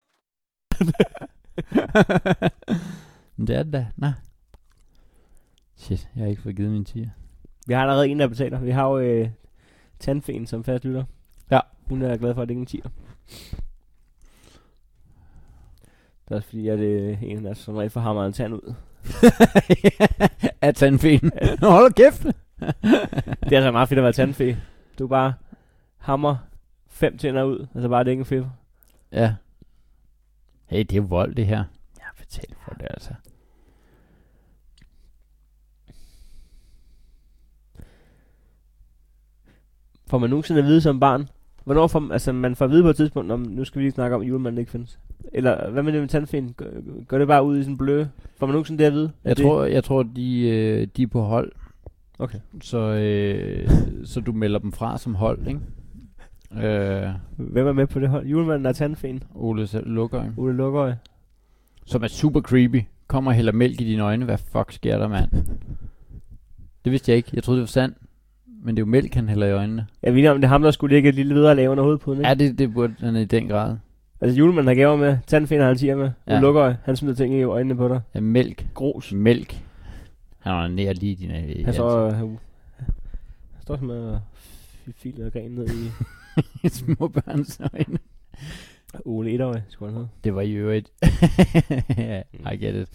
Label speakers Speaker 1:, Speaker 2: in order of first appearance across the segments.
Speaker 1: Men det er det da. Nej. Shit, jeg har ikke fået givet min tiger.
Speaker 2: Vi har allerede en, der betaler. Vi har jo øh, Tandfen som fast lytter.
Speaker 1: Ja.
Speaker 2: Hun er glad for, at det ikke er en tiger. Det er også fordi, at det øh, en, der som regel får hammeret en tand ud.
Speaker 1: At tage en fin. Hold kæft.
Speaker 2: Det er altså meget fedt at være tandfe. Du bare hammer fem tænder ud, og så bare er det ikke en fiffer.
Speaker 1: Ja. Hey, det er vold, det her. Jeg fortæl for det, altså.
Speaker 2: Får man nogensinde at vide som barn? Hvornår får man, altså man får at vide på et tidspunkt, om nu skal vi lige snakke om, at julemanden ikke findes. Eller hvad med det med tandfen? Gør, gør det bare ud i sådan bløde? Får man nogensinde det at vide?
Speaker 1: Jeg
Speaker 2: At det,
Speaker 1: tror, jeg tror de, øh, de er på hold.
Speaker 2: Okay.
Speaker 1: Så, øh, så du melder dem fra som hold, ikke? Øh,
Speaker 2: Hvem er med på det hold? Julemanden og tandfen.
Speaker 1: Ole selv lukker, ikke?
Speaker 2: Ole Lukøje.
Speaker 1: Som er super creepy. Kommer og hælder mælk i dine øjne. Hvad fuck sker der, mand? Det vidste jeg ikke. Jeg troede, det var sandt. Men det er jo mælk, han hælder i øjnene.
Speaker 2: Jeg ved ikke, om det er ham, der skulle ligge et lille videre lave under hovedpuden, ikke?
Speaker 1: Ja, det, det burde han i den grad.
Speaker 2: Altså julemanden har gaver med, tandfinder har tiger med,
Speaker 1: Ja.
Speaker 2: ja. lukker han smider ting i øjnene på dig.
Speaker 1: Ja, mælk.
Speaker 2: Grus.
Speaker 1: Mælk. Han var nær lige i dine øh,
Speaker 2: Han
Speaker 1: altså.
Speaker 2: står, øh, han står som og f- filer grenen ned i
Speaker 1: små børns øjne.
Speaker 2: Ole Etterøj, skulle han hedde.
Speaker 1: Det var i øvrigt. yeah, I get it.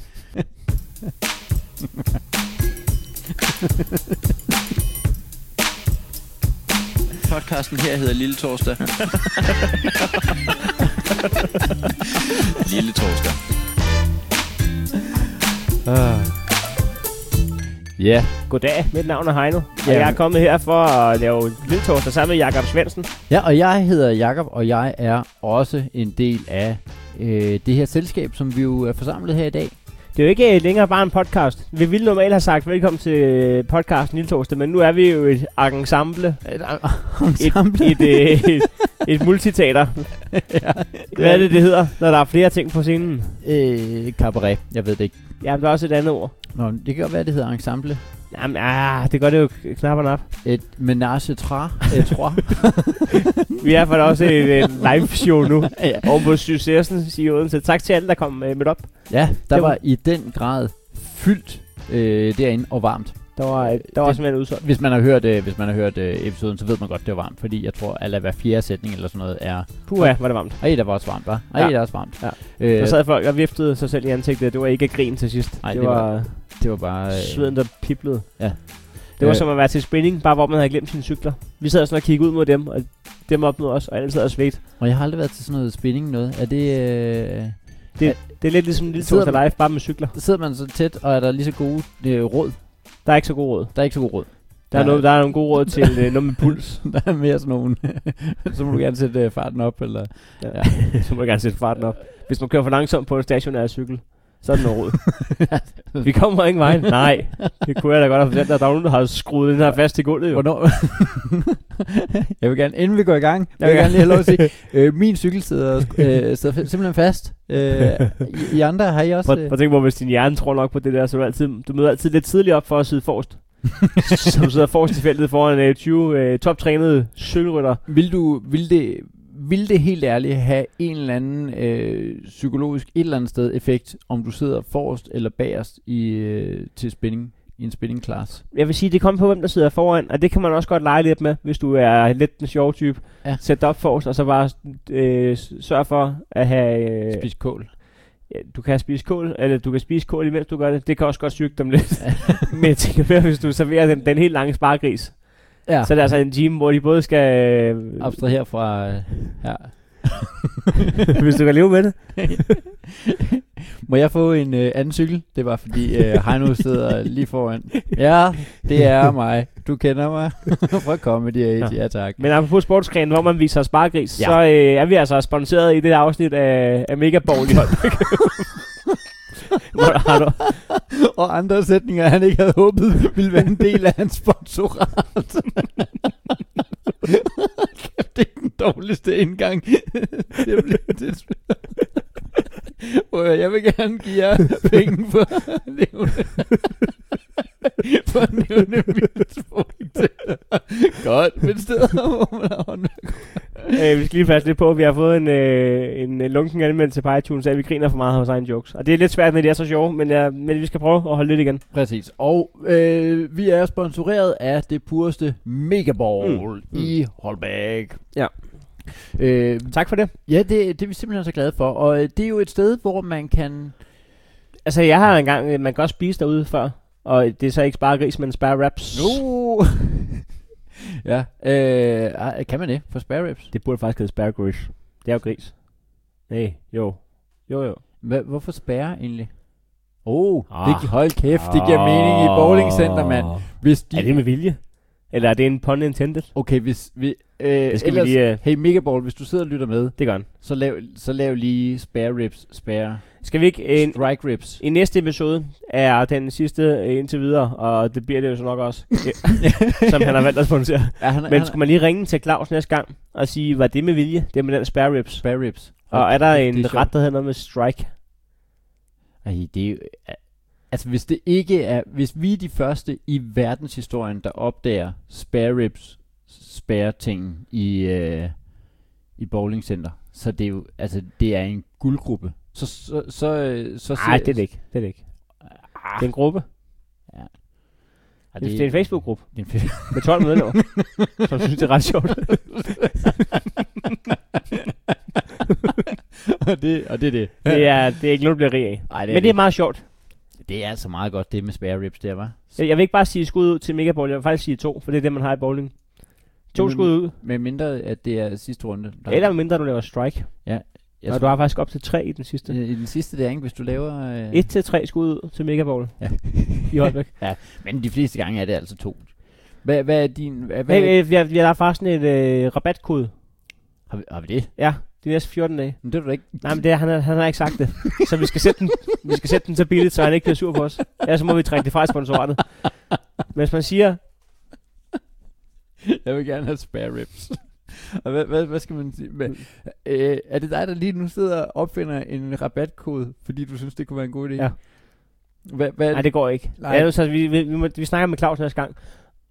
Speaker 3: Podcasten her hedder Lille Torsdag. Lille Torsdag.
Speaker 1: Ah. Ja, yeah.
Speaker 2: Goddag, mit navn er Heino, og
Speaker 1: Ja.
Speaker 2: jeg er kommet her for at lave Lille Torsdag sammen med Jakob Svendsen.
Speaker 1: Ja, og jeg hedder Jakob og jeg er også en del af øh, det her selskab, som vi jo er forsamlet her i dag.
Speaker 2: Det er jo ikke øh, længere bare en podcast. Vi ville normalt have sagt velkommen til øh, podcasten Lille Torsdag, men nu er vi jo et ensemble,
Speaker 1: Et,
Speaker 2: et, et, øh, et, et multiteater. Hvad er det, det hedder, når der er flere ting på scenen?
Speaker 1: øh, cabaret, jeg ved det ikke.
Speaker 2: Jamen, der er også et andet ord.
Speaker 1: Nå, det kan godt være, det hedder ensemble.
Speaker 2: Jamen, ah, det gør det jo k- knapperne op.
Speaker 1: Et menage à trois, et trois.
Speaker 2: Vi er for også et øh, live show nu.
Speaker 1: ja.
Speaker 2: Over på Sygsersen i Odense. Tak til alle, der kom øh, med op.
Speaker 1: ja, der
Speaker 2: Det var-
Speaker 1: var i den grad fyldt øh, derinde og varmt.
Speaker 2: Der var, øh, der var
Speaker 1: Det-
Speaker 2: simpelthen udsolgt.
Speaker 1: Hvis man har hørt, øh, hvis man har hørt øh, episoden, så ved man godt, det var varmt, fordi jeg tror, at hver fjerde sætning eller sådan noget er,
Speaker 2: Puha, var det varmt.
Speaker 1: ej, der var også varmt, hva'? Ej,
Speaker 2: Ja.
Speaker 1: der er også varmt.
Speaker 2: Ja.
Speaker 1: Øh,
Speaker 2: Der sad folk og viftede sig selv i ansigtet. Det var ikke af grin til sidst.
Speaker 1: Nej,
Speaker 2: det,
Speaker 1: det
Speaker 2: var,
Speaker 1: var- det var bare...
Speaker 2: øh, sveden, der piblede.
Speaker 1: Ja.
Speaker 2: Det var
Speaker 1: Øh.
Speaker 2: som at være til spinning, bare hvor man havde glemt sine cykler. Vi sad sådan og kiggede ud mod dem, og dem op mod os, og alle sad og svedte.
Speaker 1: Og jeg har aldrig været til sådan noget spinning noget. Er det... Øh,
Speaker 2: Det er lidt ligesom en lille
Speaker 1: Sidder
Speaker 2: torsdag
Speaker 1: man-
Speaker 2: live, bare med cykler.
Speaker 1: sidder man så tæt, og er der lige så gode øh, råd?
Speaker 2: Der er ikke så god råd.
Speaker 1: Der er ikke så gode råd.
Speaker 2: Der er,
Speaker 1: Ja.
Speaker 2: noget, der er nogle gode råd til øh, noget med puls,
Speaker 1: Der er mere sådan nogen. så må du gerne sætte øh, farten op, eller...
Speaker 2: så må jeg gerne sætte farten op. Hvis man kører for langsomt på en stationær cykel, så er det noget råd. Vi kommer ingen vej. Nej, det kunne jeg da godt have fortalt dig. Der er nogen, der har skruet den her fast til gulvet jo.
Speaker 1: Hvornår? jeg vil gerne, inden vi går i gang, jeg
Speaker 2: Jeg
Speaker 1: vil
Speaker 2: vil
Speaker 1: gerne lige have lov at sige, øh, min cykel sidder, øh, sidder f- simpelthen fast. Øh, I, I andre har I også... øh,
Speaker 2: Prøv, prøv at tænke på, hvis din hjerne tror nok på det der, så du, altid, du møder altid lidt tidligere op for at sidde forrest. så du sidder forrest i feltet foran øh, 20 øh, toptrænede cykelrytter.
Speaker 1: Vil du, vil det, vil det helt ærligt have en eller anden øh, psykologisk et eller andet sted effekt, om du sidder forrest eller bagerst i, øh, til spinning, i en spinning class?
Speaker 2: Jeg vil sige, det kommer på, hvem der sidder foran, og det kan man også godt lege lidt med, hvis du er lidt den sjove type.
Speaker 1: Ja.
Speaker 2: Sæt dig op forrest, og så bare øh, s- sørg for at have... Øh,
Speaker 1: Øh. Spis kål.
Speaker 2: ja, du kan spise kål, eller du kan spise kål, imens du gør det. Det kan også godt syge dem lidt. Men jeg tænker mere, hvis du serverer den, den helt lange spargris,
Speaker 1: Ja,
Speaker 2: så er det altså en time, hvor de både skal... Øh,
Speaker 1: abstraher fra... Øh, ja.
Speaker 2: hvis du kan leve med det.
Speaker 1: Må jeg få en øh, anden cykel? Det var fordi øh, Heino sidder lige foran. Ja, det er mig. Du kender mig fra Comedy Age. Ja, ja tak.
Speaker 2: Men apropos sportsgren, hvor man viser spargris,
Speaker 1: Ja.
Speaker 2: ja. så øh, er vi altså sponsoreret i det her afsnit af, af Mega Bowl i Holbæk. hvor har du,
Speaker 1: Og andre sætninger, han ikke havde håbet, ville være en del af hans sponsorat. Kæft, det er den dårligste indgang. det bliver det. Prøv at høre, jeg vil gerne give jer penge for at nævne, for at nævne mit sprog til. Godt, men steder, hvor man har håndværk.
Speaker 2: øh, øh, vi skal lige passe lidt på, vi har fået en, øh, en øh, lunken anmeldelse på iTunes, af, at vi griner for meget af vores egne jokes. Og det er lidt svært, når de er så sjove, men, øh, men vi skal prøve at holde lidt igen.
Speaker 1: Præcis. Og øh, vi er sponsoreret af det pureste Mega Bowl mm. i Holbæk.
Speaker 2: Ja.
Speaker 1: Øh,
Speaker 2: Tak for det.
Speaker 1: ja, det, det er vi simpelthen så glade for. Og øh, det er jo et sted, hvor man kan...
Speaker 2: Altså, jeg har engang, øh, man kan også spise derude før, og det er så ikke bare ris, men spare wraps.
Speaker 1: No! ja. Øh, ej, kan man det? For spare ribs?
Speaker 2: Det burde faktisk hedde spare gris. Det er jo gris. Nej, jo. Jo, jo.
Speaker 1: Hva, hvorfor spærre egentlig? Oh, ah.
Speaker 2: Ah.
Speaker 1: det, gi- hold kæft, det giver mening i bowlingcenter, mand. Hvis de,
Speaker 2: Er det med vilje? Eller er det en pun intended?
Speaker 1: Okay, hvis vi... Øh, det
Speaker 2: Det skal Ellers... vi lige... Øh,
Speaker 1: Hey, Megaball, hvis du sidder og lytter med,
Speaker 2: det gør han.
Speaker 1: så lav, så lav lige spare ribs, spare
Speaker 2: Skal vi ikke... øh, En,
Speaker 1: strike ribs.
Speaker 2: I næste episode er den sidste øh, indtil videre, og det bliver det jo så nok også, ja, som han har valgt at sponsere.
Speaker 1: Ja, han,
Speaker 2: Men
Speaker 1: han,
Speaker 2: skulle man lige ringe til Claus næste gang og sige, var det med vilje, det med den spare ribs?
Speaker 1: spare ribs.
Speaker 2: Og er der
Speaker 1: Det- det
Speaker 2: en
Speaker 1: er sjovt.
Speaker 2: ret, der hedder noget med strike?
Speaker 1: Ej, det er jo, Altså, hvis det ikke er... Hvis vi er de første i verdenshistorien, der opdager spare ribs, spare ting i, øh, i bowlingcenter, så det er jo... Altså, det er en guldgruppe. Så... så, så, øh, så
Speaker 2: Nej, det er det ikke. Det er det ikke. Det er en gruppe.
Speaker 1: Ej,
Speaker 2: Det, det er en Facebook-gruppe
Speaker 1: Ah. det er en fe-
Speaker 2: med 12 medlemmer, som synes, det er ret sjovt.
Speaker 1: og, det, og det er det.
Speaker 2: Det er, det er ikke noget, du bliver rig af.
Speaker 1: Ej, det
Speaker 2: Men det er meget sjovt.
Speaker 1: Det er altså meget godt, det med spare ribs der, var.
Speaker 2: Jeg jeg vil ikke bare sige skud ud til Mega Bowl, jeg vil faktisk sige to, for det er det, man har i bowling. To
Speaker 1: Jamen,
Speaker 2: skud ud,
Speaker 1: Med mindre, at det er sidste runde. Der
Speaker 2: eller mindre du laver strike.
Speaker 1: Jeg
Speaker 2: Og du har faktisk op til tre i den sidste.
Speaker 1: I den sidste der, ikke? Hvis du laver... Øh...
Speaker 2: 1 til 3 skud ud til Mega Bowl
Speaker 1: Ja.
Speaker 2: i Holbæk.
Speaker 1: Men de fleste gange er det altså to. Hvad, hvad er din... Hvad, hvad,
Speaker 2: hey, øh, vi, har, vi har faktisk sådan et øh, rabatkode.
Speaker 1: Har, vi, har vi det?
Speaker 2: Ja, de næste 14 dage.
Speaker 1: Men det er du da ikke.
Speaker 2: Nej, men det, er- han, har- han har ikke sagt det. Så vi skal sætte den, vi skal sætte den så billigt, så han ikke bliver sur på os. Ellers så må vi trække det fra i sponsoratet. Men hvis man siger,
Speaker 1: Jeg vil gerne have spare ribs. Og hvad, hvad, hvad skal man sige? Hvad, øh, er det dig, der lige nu sidder og opfinder en rabatkode, fordi du synes, det kunne være en god idé?
Speaker 2: Ja.
Speaker 1: Hvad, hvad,
Speaker 2: nej, det går ikke.
Speaker 1: Nej.
Speaker 2: Ja, så vi, vi, vi, må, vi snakker med Claus næste gang.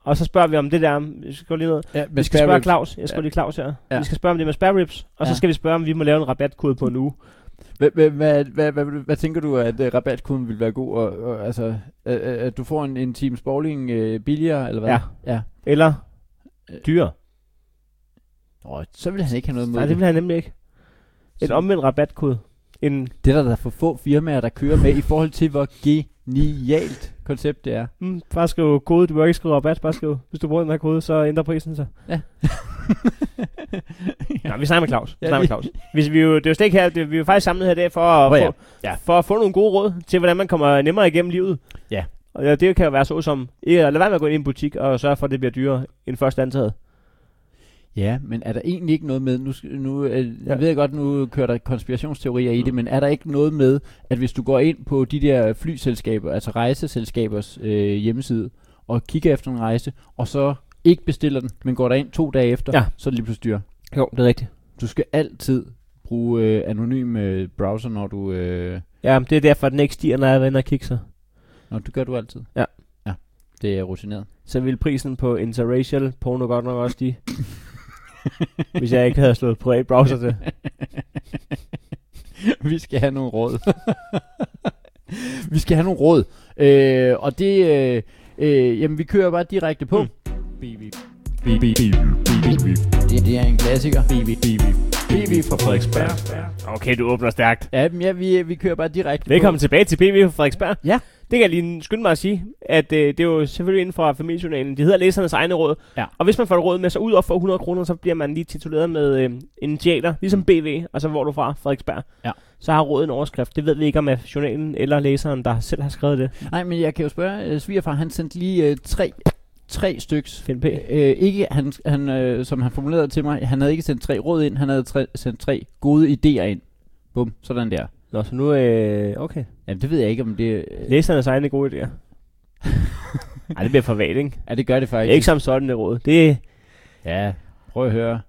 Speaker 2: Og så spørger vi om det der, vi skal lige ned.
Speaker 1: ja, men
Speaker 2: Vi skal spørge Claus, jeg skal
Speaker 1: Ja.
Speaker 2: lige Claus her.
Speaker 1: Ja.
Speaker 2: Vi skal spørge om det med spare ribs, og
Speaker 1: Ja.
Speaker 2: så skal vi spørge om vi må lave en rabatkode på en uge.
Speaker 1: Hvad, hvad, hvad, hvad, hvad, hvad, hvad tænker du, at uh, rabatkoden vil være god? Og, og, altså, øh, øh, at du får en, en times bowling øh, billigere, eller hvad?
Speaker 2: Ja.
Speaker 1: ja.
Speaker 2: Eller
Speaker 1: Øh,
Speaker 2: dyr.
Speaker 1: Nå, så vil han ikke have noget mod
Speaker 2: Nej, det vil han nemlig ikke. En
Speaker 1: Så-
Speaker 2: omvendt rabatkode. En,
Speaker 1: det er der, der er for få firmaer, der kører med i forhold til, hvor genialt koncept det er.
Speaker 2: mm, bare skriv kode, du behøver ikke skrive rabat, bare skriv. Hvis du bruger den her kode, så ændrer prisen sig.
Speaker 1: Ja.
Speaker 2: Ja. Nej, vi snakker med Claus. Vi
Speaker 1: Ja,
Speaker 2: snakker
Speaker 1: vi-
Speaker 2: med Claus. Hvis vi jo, det er jo slet ikke her, det, vi er jo faktisk samlet her i dag for at,
Speaker 1: Åh, ja.
Speaker 2: få,
Speaker 1: Ja.
Speaker 2: for at få nogle gode råd til, hvordan man kommer nemmere igennem livet.
Speaker 1: Ja.
Speaker 2: Og ja, det kan jo være så som, ikke at lade være med at gå ind i en butik og sørge for, at det bliver dyrere end først antaget.
Speaker 1: Ja, men er der egentlig ikke noget med, nu, sk- nu øh,
Speaker 2: Ja. Mm.
Speaker 1: jeg ved jeg godt, nu kører der konspirationsteorier i det, men er der ikke noget med, at hvis du går ind på de der flyselskaber, altså rejseselskabers øh, hjemmeside, og kigger efter en rejse, og så ikke bestiller den, men går derind to dage efter,
Speaker 2: Ja.
Speaker 1: så er det lige pludselig dyr.
Speaker 2: Jo, det er rigtigt.
Speaker 1: Du skal altid bruge øh, anonym øh, browser, når du... Øh,
Speaker 2: Ja, men det er derfor, den ikke stiger, når jeg vender og kigger sig.
Speaker 1: når det gør du altid.
Speaker 2: Ja.
Speaker 1: Ja, det er rutineret.
Speaker 2: Så ville prisen på interracial porno godt nok også stige. hvis jeg ikke havde slået privat browser til.
Speaker 1: Vi skal have nogle råd. vi skal have nogle råd. Øh, og det... Øh, øh, jamen, vi kører bare direkte på.
Speaker 2: Mm.
Speaker 1: Det, det er en klassiker.
Speaker 4: BB fra Frederiksberg.
Speaker 2: Okay, du åbner stærkt.
Speaker 1: Ja, men ja, vi, øh, vi kører bare direkte
Speaker 2: Velkommen
Speaker 1: på.
Speaker 2: tilbage til BV fra Frederiksberg.
Speaker 1: Ja.
Speaker 2: Det kan jeg lige skynde mig at sige, at øh, det er jo selvfølgelig inden for familiejournalen. Det hedder læsernes egne råd.
Speaker 1: Ja.
Speaker 2: Og hvis man får et råd med sig ud og får 100 kroner, så bliver man lige tituleret med øh, initialer, ligesom BV, og så hvor er du fra, Frederiksberg.
Speaker 1: Mm. Ja.
Speaker 2: Så har rådet en overskrift. Det ved vi ikke om er journalen eller læseren, der selv har skrevet det.
Speaker 1: Nej, men jeg kan jo spørge. Øh, svigerfar, han sendte lige øh, tre, tre styks
Speaker 2: Find P.
Speaker 1: Øh, ikke han, han øh, som han formulerede til mig, han havde ikke sendt tre råd ind, han havde tre, sendt tre gode idéer ind. Bum, sådan der.
Speaker 2: Nå, så nu... Øh, okay.
Speaker 1: Jamen det ved jeg ikke, om det... Øh,
Speaker 2: Læsernes egne gode idéer. Ej, det bliver for vagt, ikke?
Speaker 1: ja, det gør det faktisk.
Speaker 2: Ikke som sådan et råd. Det,
Speaker 1: Ja, prøv at høre.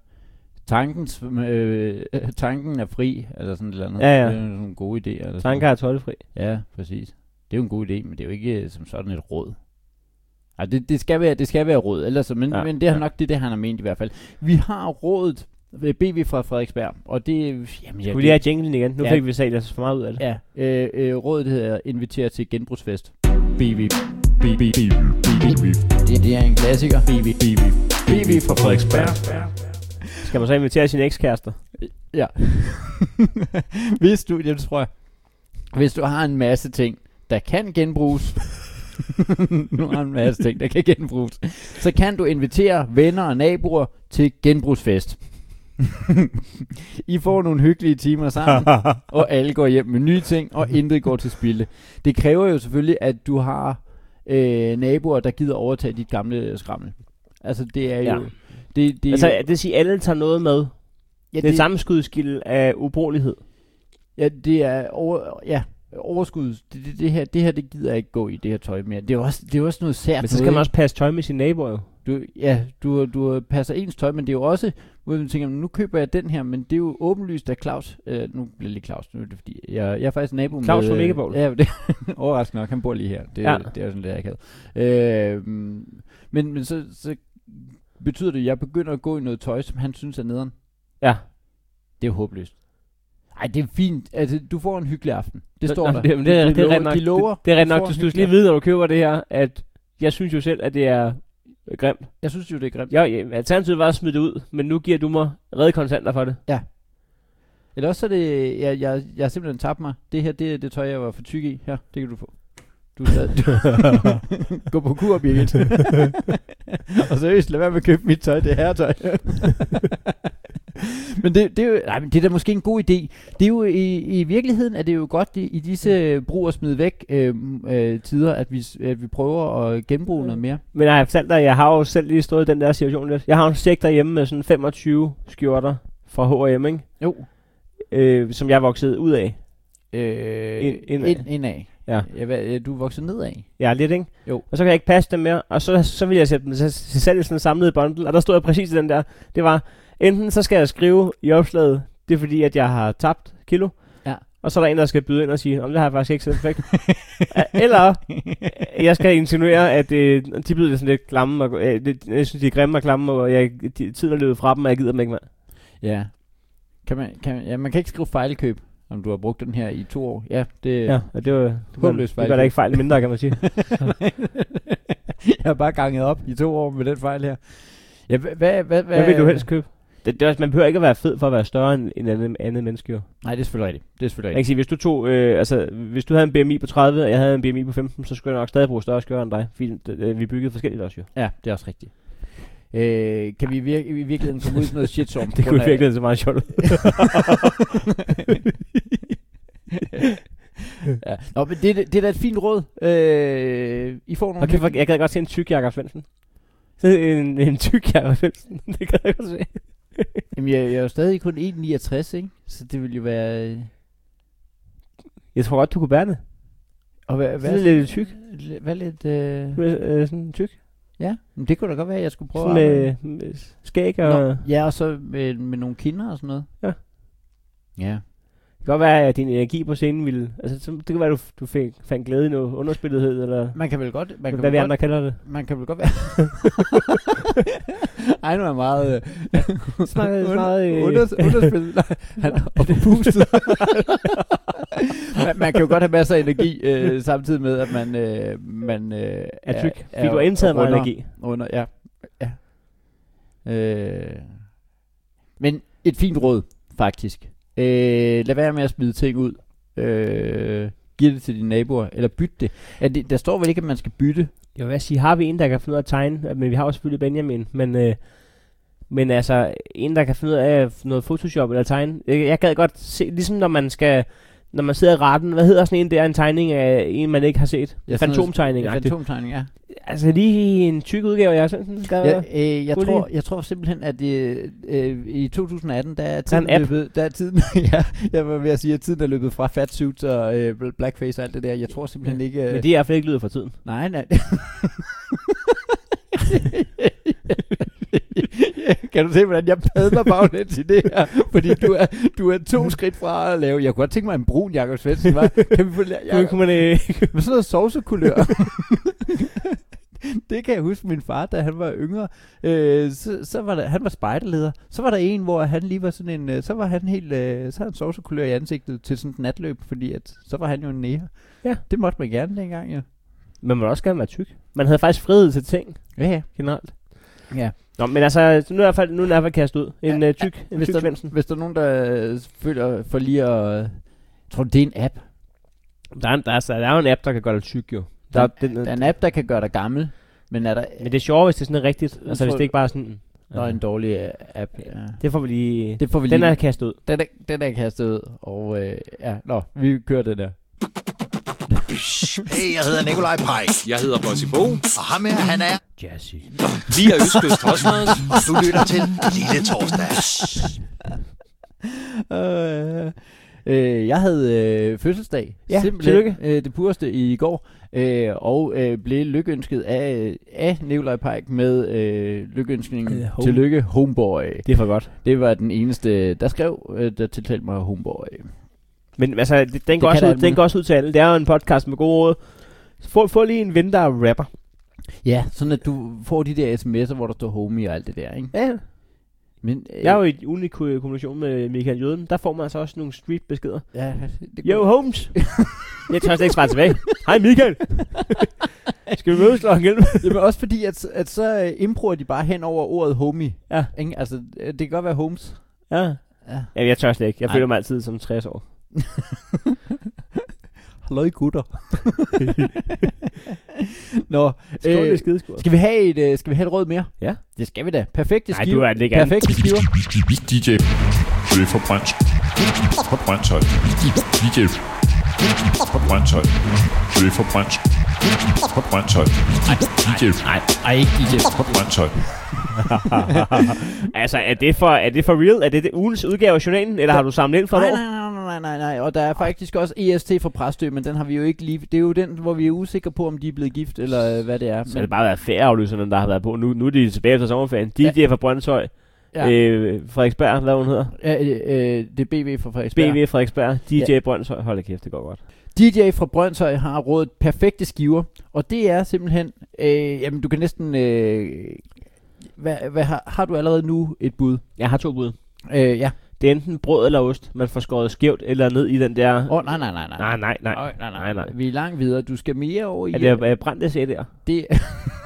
Speaker 1: Tankens, øh, tanken er fri, eller sådan et eller andet.
Speaker 2: Ja, ja.
Speaker 1: Det er jo nogle gode idéer. Eller sådan.
Speaker 2: tanker er tolvfri.
Speaker 1: Ja, præcis. Det er jo en god idé, men det er jo ikke øh, som sådan et råd. Ej, det, det, skal være, det skal være råd, ellers, så- men, ja,
Speaker 2: Ja,
Speaker 1: men det er
Speaker 2: ja.
Speaker 1: nok det, det, han har ment i hvert fald. Vi har rådet Øh, BV fra Frederiksberg. Og det... Jamen, jeg,
Speaker 2: Skulle vi lige have jinglen igen? Nu
Speaker 1: Ja.
Speaker 2: fik vi sagt altså for meget ud af det.
Speaker 1: Ja, øh, øh, rådet hedder inviter til genbrugsfest.
Speaker 4: BV. BV. BV.
Speaker 1: Det, det er en klassiker.
Speaker 4: BV. BV. BV fra Frederiksberg.
Speaker 2: Skal man så invitere sine ekskærester?
Speaker 1: Ja. Hvis du, jamen, tror jeg, hvis du har en masse ting, der kan genbruges, nu har en masse ting, der kan genbruges, så kan du invitere venner og naboer til genbrugsfest. I får nogle hyggelige timer sammen, og alle går hjem med nye ting, og intet går til spilde. Det kræver jo selvfølgelig, at du har øh, naboer, der gider overtage dit gamle skrammel. Altså, det er jo...
Speaker 2: Ja.
Speaker 1: Ja. Det, det er
Speaker 2: Altså,
Speaker 1: jo,
Speaker 2: det vil sige, at alle tager noget med.
Speaker 1: ja,
Speaker 2: Det er et sammenskudskilde af ubrugelighed.
Speaker 1: Ja, det er over, ja, overskud. Det, det, det, her, det her, det gider jeg ikke gå i, det her tøj mere. Det er jo også, det er jo også noget sært.
Speaker 2: Men så skal
Speaker 1: noget,
Speaker 2: man også passe tøj med sine naboer, jo.
Speaker 1: ikke? Du, ja, du, du passer ens tøj, men det er jo også, hvor man tænker, nu køber jeg den her, men det er jo åbenlyst, at Claus, øh, nu bliver det lige Claus, nu er det fordi, jeg, jeg er faktisk nabo
Speaker 2: Claus
Speaker 1: med...
Speaker 2: fra
Speaker 1: øh,
Speaker 2: Mikkeborg.
Speaker 1: Ja, det, overraskende nok, han bor lige her. Det,
Speaker 2: Ja.
Speaker 1: ja. det er jo sådan, det er akavet. Øh, men, men så, så betyder det, at jeg begynder at gå i noget tøj, som han synes er nederen.
Speaker 2: Ja.
Speaker 1: Det er jo håbløst. Ej, det er fint. Altså, du får en hyggelig aften. Det står
Speaker 2: Nå,
Speaker 1: der.
Speaker 2: Det, men det, er-
Speaker 1: De
Speaker 2: det, er
Speaker 1: lover-
Speaker 2: rigtig nok,
Speaker 1: de lover,
Speaker 2: det, det er rigtig
Speaker 1: du
Speaker 2: nok,
Speaker 1: får
Speaker 2: du
Speaker 1: en
Speaker 2: skal
Speaker 1: hyggelig
Speaker 2: lige vide, når du køber det her, at jeg synes jo selv, at det er grimt.
Speaker 1: Jeg synes jo, det er grimt.
Speaker 2: Jeg, jeg, alternativet var at smide det ud, men nu giver du mig redde kontanter for det.
Speaker 1: Eller også så er det, jeg, jeg, jeg har simpelthen tabt mig. Det her, det er det tøj, jeg var for tyk i. Her, det kan du få. Du er stadig... Gå på kur, Birgit. og seriøst, lad være med at købe mit tøj. Det er herretøj. men det, det, er jo, nej, men det er da måske en god idé. Det er jo i, i virkeligheden er det jo godt i, i disse brug og smid væk øh, øh, tider, at vi, s- at vi prøver at genbruge noget mere.
Speaker 2: Men jeg har fortalt dig, jeg har jo selv lige stået i den der situation lidt. Jeg har en sæk derhjemme med sådan 25 skjorter fra H&M, ikke?
Speaker 1: Jo.
Speaker 2: Øh, som jeg voksede ud af.
Speaker 1: Øh,
Speaker 2: Ind- indad.
Speaker 1: ind, indad.
Speaker 2: Ja.
Speaker 1: ja hvad, du er vokset nedad.
Speaker 2: Ja, lidt, ikke?
Speaker 1: Jo.
Speaker 2: Og så kan jeg ikke passe dem mere, og så, så vil jeg sætte dem til til salg i sådan en samlet bundle, og der stod jeg præcis i den der. Det var, enten så skal jeg skrive i opslaget, det er fordi, at jeg har tabt kilo,
Speaker 1: Ja.
Speaker 2: og så er der en, der skal byde ind og sige, om det har jeg faktisk ikke selv effekt. Eller, øh, jeg skal insinuere, at øh, de bliver sådan lidt klamme, og, øh, det, jeg synes, de er grimme og klamme, og jeg, de, tiden er løbet fra dem, og jeg gider dem ikke mere.
Speaker 1: Ja. Kan man, kan, ja, man kan ikke skrive fejlkøb, om du har brugt den her i to år. Ja, det
Speaker 2: Ja, og det var
Speaker 1: Håbløs
Speaker 2: det
Speaker 1: fejl.
Speaker 2: gør da ikke fejl mindre, kan man sige.
Speaker 1: jeg har bare ganget op i to år med den fejl her. Ja, hvad, hvad, hvad,
Speaker 2: Hvad vil du helst købe? Det, det, er også- man behøver ikke at være fed for at være større end en anden, andet menneske, jo.
Speaker 1: Nej, det er selvfølgelig rigtigt. Det er
Speaker 2: Jeg
Speaker 1: selvfølgelig
Speaker 2: kan
Speaker 1: rigtigt.
Speaker 2: sige, hvis du tog, øh, altså, hvis du havde en BMI på 30, og jeg havde en BMI på 15, så skulle jeg nok stadig bruge større skjorter end dig, fordi øh, vi byggede forskelligt også jo.
Speaker 1: Ja, det er også rigtigt. Øh, kan vi vir- i virkeligheden komme ud i sådan noget shit som?
Speaker 2: Det kunne virkelig se meget sjovt ud.
Speaker 1: ja. Nå, men det, er da- det er da et fint råd. Øh, I får nogle...
Speaker 2: Okay, for, jeg gad godt se en tyk Jakob Svendsen. Så En, en tyk Jakob Svendsen, det gad jeg godt se.
Speaker 1: Jamen, jeg, jeg er jo stadig kun 1,69, ikke? Så det vil jo være... øh,
Speaker 2: Jeg tror godt, du kunne bære det.
Speaker 1: Og hvad,
Speaker 2: Sådan lidt tyk.
Speaker 1: Lidt- Hvad lidt... Øh,
Speaker 2: Du er, øh, sådan tyk.
Speaker 1: ja, men det kunne da godt være, at jeg skulle prøve
Speaker 2: Sådan
Speaker 1: at... arbejde.
Speaker 2: med, med skæg og...
Speaker 1: Nå, ja, og så med, med nogle kinder og sådan noget.
Speaker 2: Ja.
Speaker 1: Ja.
Speaker 2: Det kan godt være, at din energi på scenen ville... Altså, så- det kan være, at du, f- du fik, fandt glæde i noget underspillethed, eller...
Speaker 1: Man kan vel godt... Man kan
Speaker 2: Hvad
Speaker 1: vel
Speaker 2: vi
Speaker 1: godt,
Speaker 2: andre kalder det.
Speaker 1: Man kan vel godt være... Ej, nu er jeg meget... Øh,
Speaker 2: Snakker
Speaker 1: under-
Speaker 2: meget... øh,
Speaker 1: Unders, underspil. Nej, Han er oppe på pustet. man, man kan jo godt have masser af energi, øh, samtidig med, at man... Øh, man øh,
Speaker 2: er tyk. Fordi du har indtaget meget
Speaker 1: runder-
Speaker 2: energi.
Speaker 1: Under, ja. ja. Øh. Men et fint råd, faktisk. Øh, lad være med at smide ting ud. Øh, giv det til dine naboer, eller byt det. Er det. Der står vel ikke, at man skal bytte?
Speaker 2: Jeg vil også sige, har vi en, der kan finde ud af at tegne? Men vi har jo selvfølgelig Benjamin, men... Øh, men altså, en, der kan finde ud af noget Photoshop eller tegne. Jeg, jeg gad godt se, ligesom når man skal... Når man sidder i retten, hvad hedder sådan en der, en tegning af en, man ikke har set?
Speaker 1: Ja,
Speaker 2: Ja,
Speaker 1: sådan noget-
Speaker 2: Fantomtegning.
Speaker 1: Ja,
Speaker 2: Fantom.
Speaker 1: fantomtegning, ja.
Speaker 2: Altså lige en tyk udgave, jeg synes, den skal
Speaker 1: Jeg,
Speaker 2: ja.
Speaker 1: øh, jeg,
Speaker 2: god
Speaker 1: tror, jeg tror simpelthen, at øh, øh, i 2018, der er tiden
Speaker 2: en app.
Speaker 1: løbet... Der er tiden, ja, jeg var ved at sige, at tiden er løbet fra fatsuits og øh, blackface og alt det der. Jeg tror simpelthen ikke... Øh,
Speaker 2: Men det er i hvert fald ikke lyder for tiden.
Speaker 1: Nej, nej. kan du se, hvordan jeg padler baglæns i det her? Fordi du er, du er to skridt fra at lave... Jeg kunne godt tænke mig en brun Jakob Svendsen, var. Kan vi få... la-
Speaker 2: Ja.
Speaker 1: Jakob,
Speaker 2: Kunne man, øh,
Speaker 1: med sådan noget sovsekulør. det kan jeg huske min far, da han var yngre. Øh, så, så var der, han var spejderleder. Så var der en, hvor han lige var sådan en... Øh, så var han helt... Øh, så havde han sovsekulør i ansigtet til sådan et natløb, fordi at, så var han jo en nære.
Speaker 2: Ja.
Speaker 1: Det måtte man gerne dengang, ja.
Speaker 2: Man må også gerne være tyk. Man havde faktisk frihed til ting,
Speaker 1: Ja, ja.
Speaker 2: generelt.
Speaker 1: ja.
Speaker 2: Nå, men altså, nu er jeg i hvert fald, nu er jeg i hvert fald kastet ud. En
Speaker 1: Ja,
Speaker 2: ja, tyk, en
Speaker 1: Hvis,
Speaker 2: tyk
Speaker 1: der,
Speaker 2: Svendsen.
Speaker 1: hvis der er nogen, der øh, føler for lige at... Øh, tror du, det er en app?
Speaker 2: Der er, en- der, er, der er jo en app, der kan gøre dig tyk, jo. Der,
Speaker 1: Der-
Speaker 2: der, den,
Speaker 1: Der er en app, der kan gøre dig gammel, men er der...
Speaker 2: men det er sjovt, hvis det er sådan rigtigt.
Speaker 1: Jeg
Speaker 2: Altså, hvis
Speaker 1: tror-
Speaker 2: det ikke bare er sådan...
Speaker 1: Nå, en dårlig øh, app, ja.
Speaker 2: Det får vi lige...
Speaker 1: Det får vi
Speaker 2: Den
Speaker 1: lige...
Speaker 2: er kastet ud.
Speaker 1: Den er, den er kastet ud, og øh, ja, nå, vi kører den der.
Speaker 5: Hey, jeg hedder Nikolaj Pej,
Speaker 6: Jeg hedder Bossy Bo.
Speaker 5: og ham her, han er,
Speaker 2: Jazzy.
Speaker 6: Vi er Østkyst Hosmans.
Speaker 5: og du lytter til Lille Torsdag.
Speaker 1: Øh, øh, jeg havde øh, fødselsdag,
Speaker 2: Ja, tillykke.
Speaker 1: øh, det pureste i går, øh, og øh, blev lykønsket af, øh, af Nikolaj Pike med øh, lykønskningen
Speaker 2: Øh,
Speaker 1: øh,
Speaker 2: home-
Speaker 1: Tillykke Homeboy.
Speaker 2: Det er for godt.
Speaker 1: Det var den eneste, der skrev, øh, der tiltalte mig Homeboy.
Speaker 2: Men altså, det, den, går
Speaker 1: kan
Speaker 2: også
Speaker 1: der
Speaker 2: ud,
Speaker 1: alt
Speaker 2: den går også ud til alle. Det er jo en podcast med gode råd. Så Få, få lige en ven, der er rapper.
Speaker 1: Ja, sådan at du får de der sms'er, hvor der står homie og alt det der, ikke?
Speaker 2: Ja,
Speaker 1: Men, øh,
Speaker 2: jeg er jo i unik kommunikation med Michael Jøden. Der får man altså også nogle street-beskeder.
Speaker 1: Ja, det
Speaker 2: Yo, Holmes! jeg tør slet ikke svare tilbage. Hej, Michael! Skal vi mødes klokken 11?
Speaker 1: Jamen også fordi, at, at så øh, improer de bare hen over ordet homie.
Speaker 2: Ja.
Speaker 1: Ikke? Altså, øh, det kan godt være homes.
Speaker 2: ja.
Speaker 1: Ja.
Speaker 2: Jamen, jeg tør slet ikke. Jeg
Speaker 1: Nej.
Speaker 2: føler mig altid som 60 år.
Speaker 1: Halløj gutter. Nå,
Speaker 2: Skål,
Speaker 1: øh,
Speaker 2: øh, skideskur.
Speaker 1: skal vi have et, øh, skal vi have et råd mere?
Speaker 2: Ja.
Speaker 1: Det skal vi da. Perfekte
Speaker 2: Nej,
Speaker 1: skiver.
Speaker 2: du er det ikke andet.
Speaker 1: Perfekte skiver.
Speaker 4: DJ Ø fra Brønds- fra Brønshøj. DJ fra Brønshøj. Ø fra Brønds- fra Brønshøj. DJ
Speaker 1: Ej, ikke DJ.
Speaker 4: fra Brønshøj.
Speaker 2: Altså, er det, for, er det for real? Er det, det ugens udgave af journalen? Eller har du samlet ind for
Speaker 1: Nej,
Speaker 2: dig?
Speaker 1: nej, nej, nej, nej, nej. Og der er faktisk også EST fra Præstø, men den har vi jo ikke lige... Det er jo den, hvor vi er usikre på, om de er blevet gift, eller øh, hvad det er.
Speaker 2: Så har det bare været ferieafløserne, der har været på. Nu, nu er de tilbage efter sommerferien. De ja. er fra Brøndshøj. Ja.
Speaker 1: Ja.
Speaker 2: Øh, Frederiksberg, hvad hun hedder.
Speaker 1: Ja, øh, øh, det er BV fra Frederiksberg.
Speaker 2: BV Frederiksberg, DJ ja. Brøndshøj. Hold da kæft, det går godt.
Speaker 1: DJ fra Brøndshøj har rådet perfekte skiver, og det er simpelthen, øh, jamen du kan næsten, øh, hvad, hvad har, har du allerede nu et bud?
Speaker 2: Jeg har to bud.
Speaker 1: Øh, ja.
Speaker 2: Det er enten brød eller ost, man får skåret skævt eller ned i den der...
Speaker 1: Åh, oh, nej, nej, nej, nej.
Speaker 2: Nej, nej, nej.
Speaker 1: Øj, nej, nej,
Speaker 2: Nej, nej.
Speaker 1: Vi er langt videre. Du skal mere over i
Speaker 2: Er det øh, brændte CD'er?
Speaker 1: det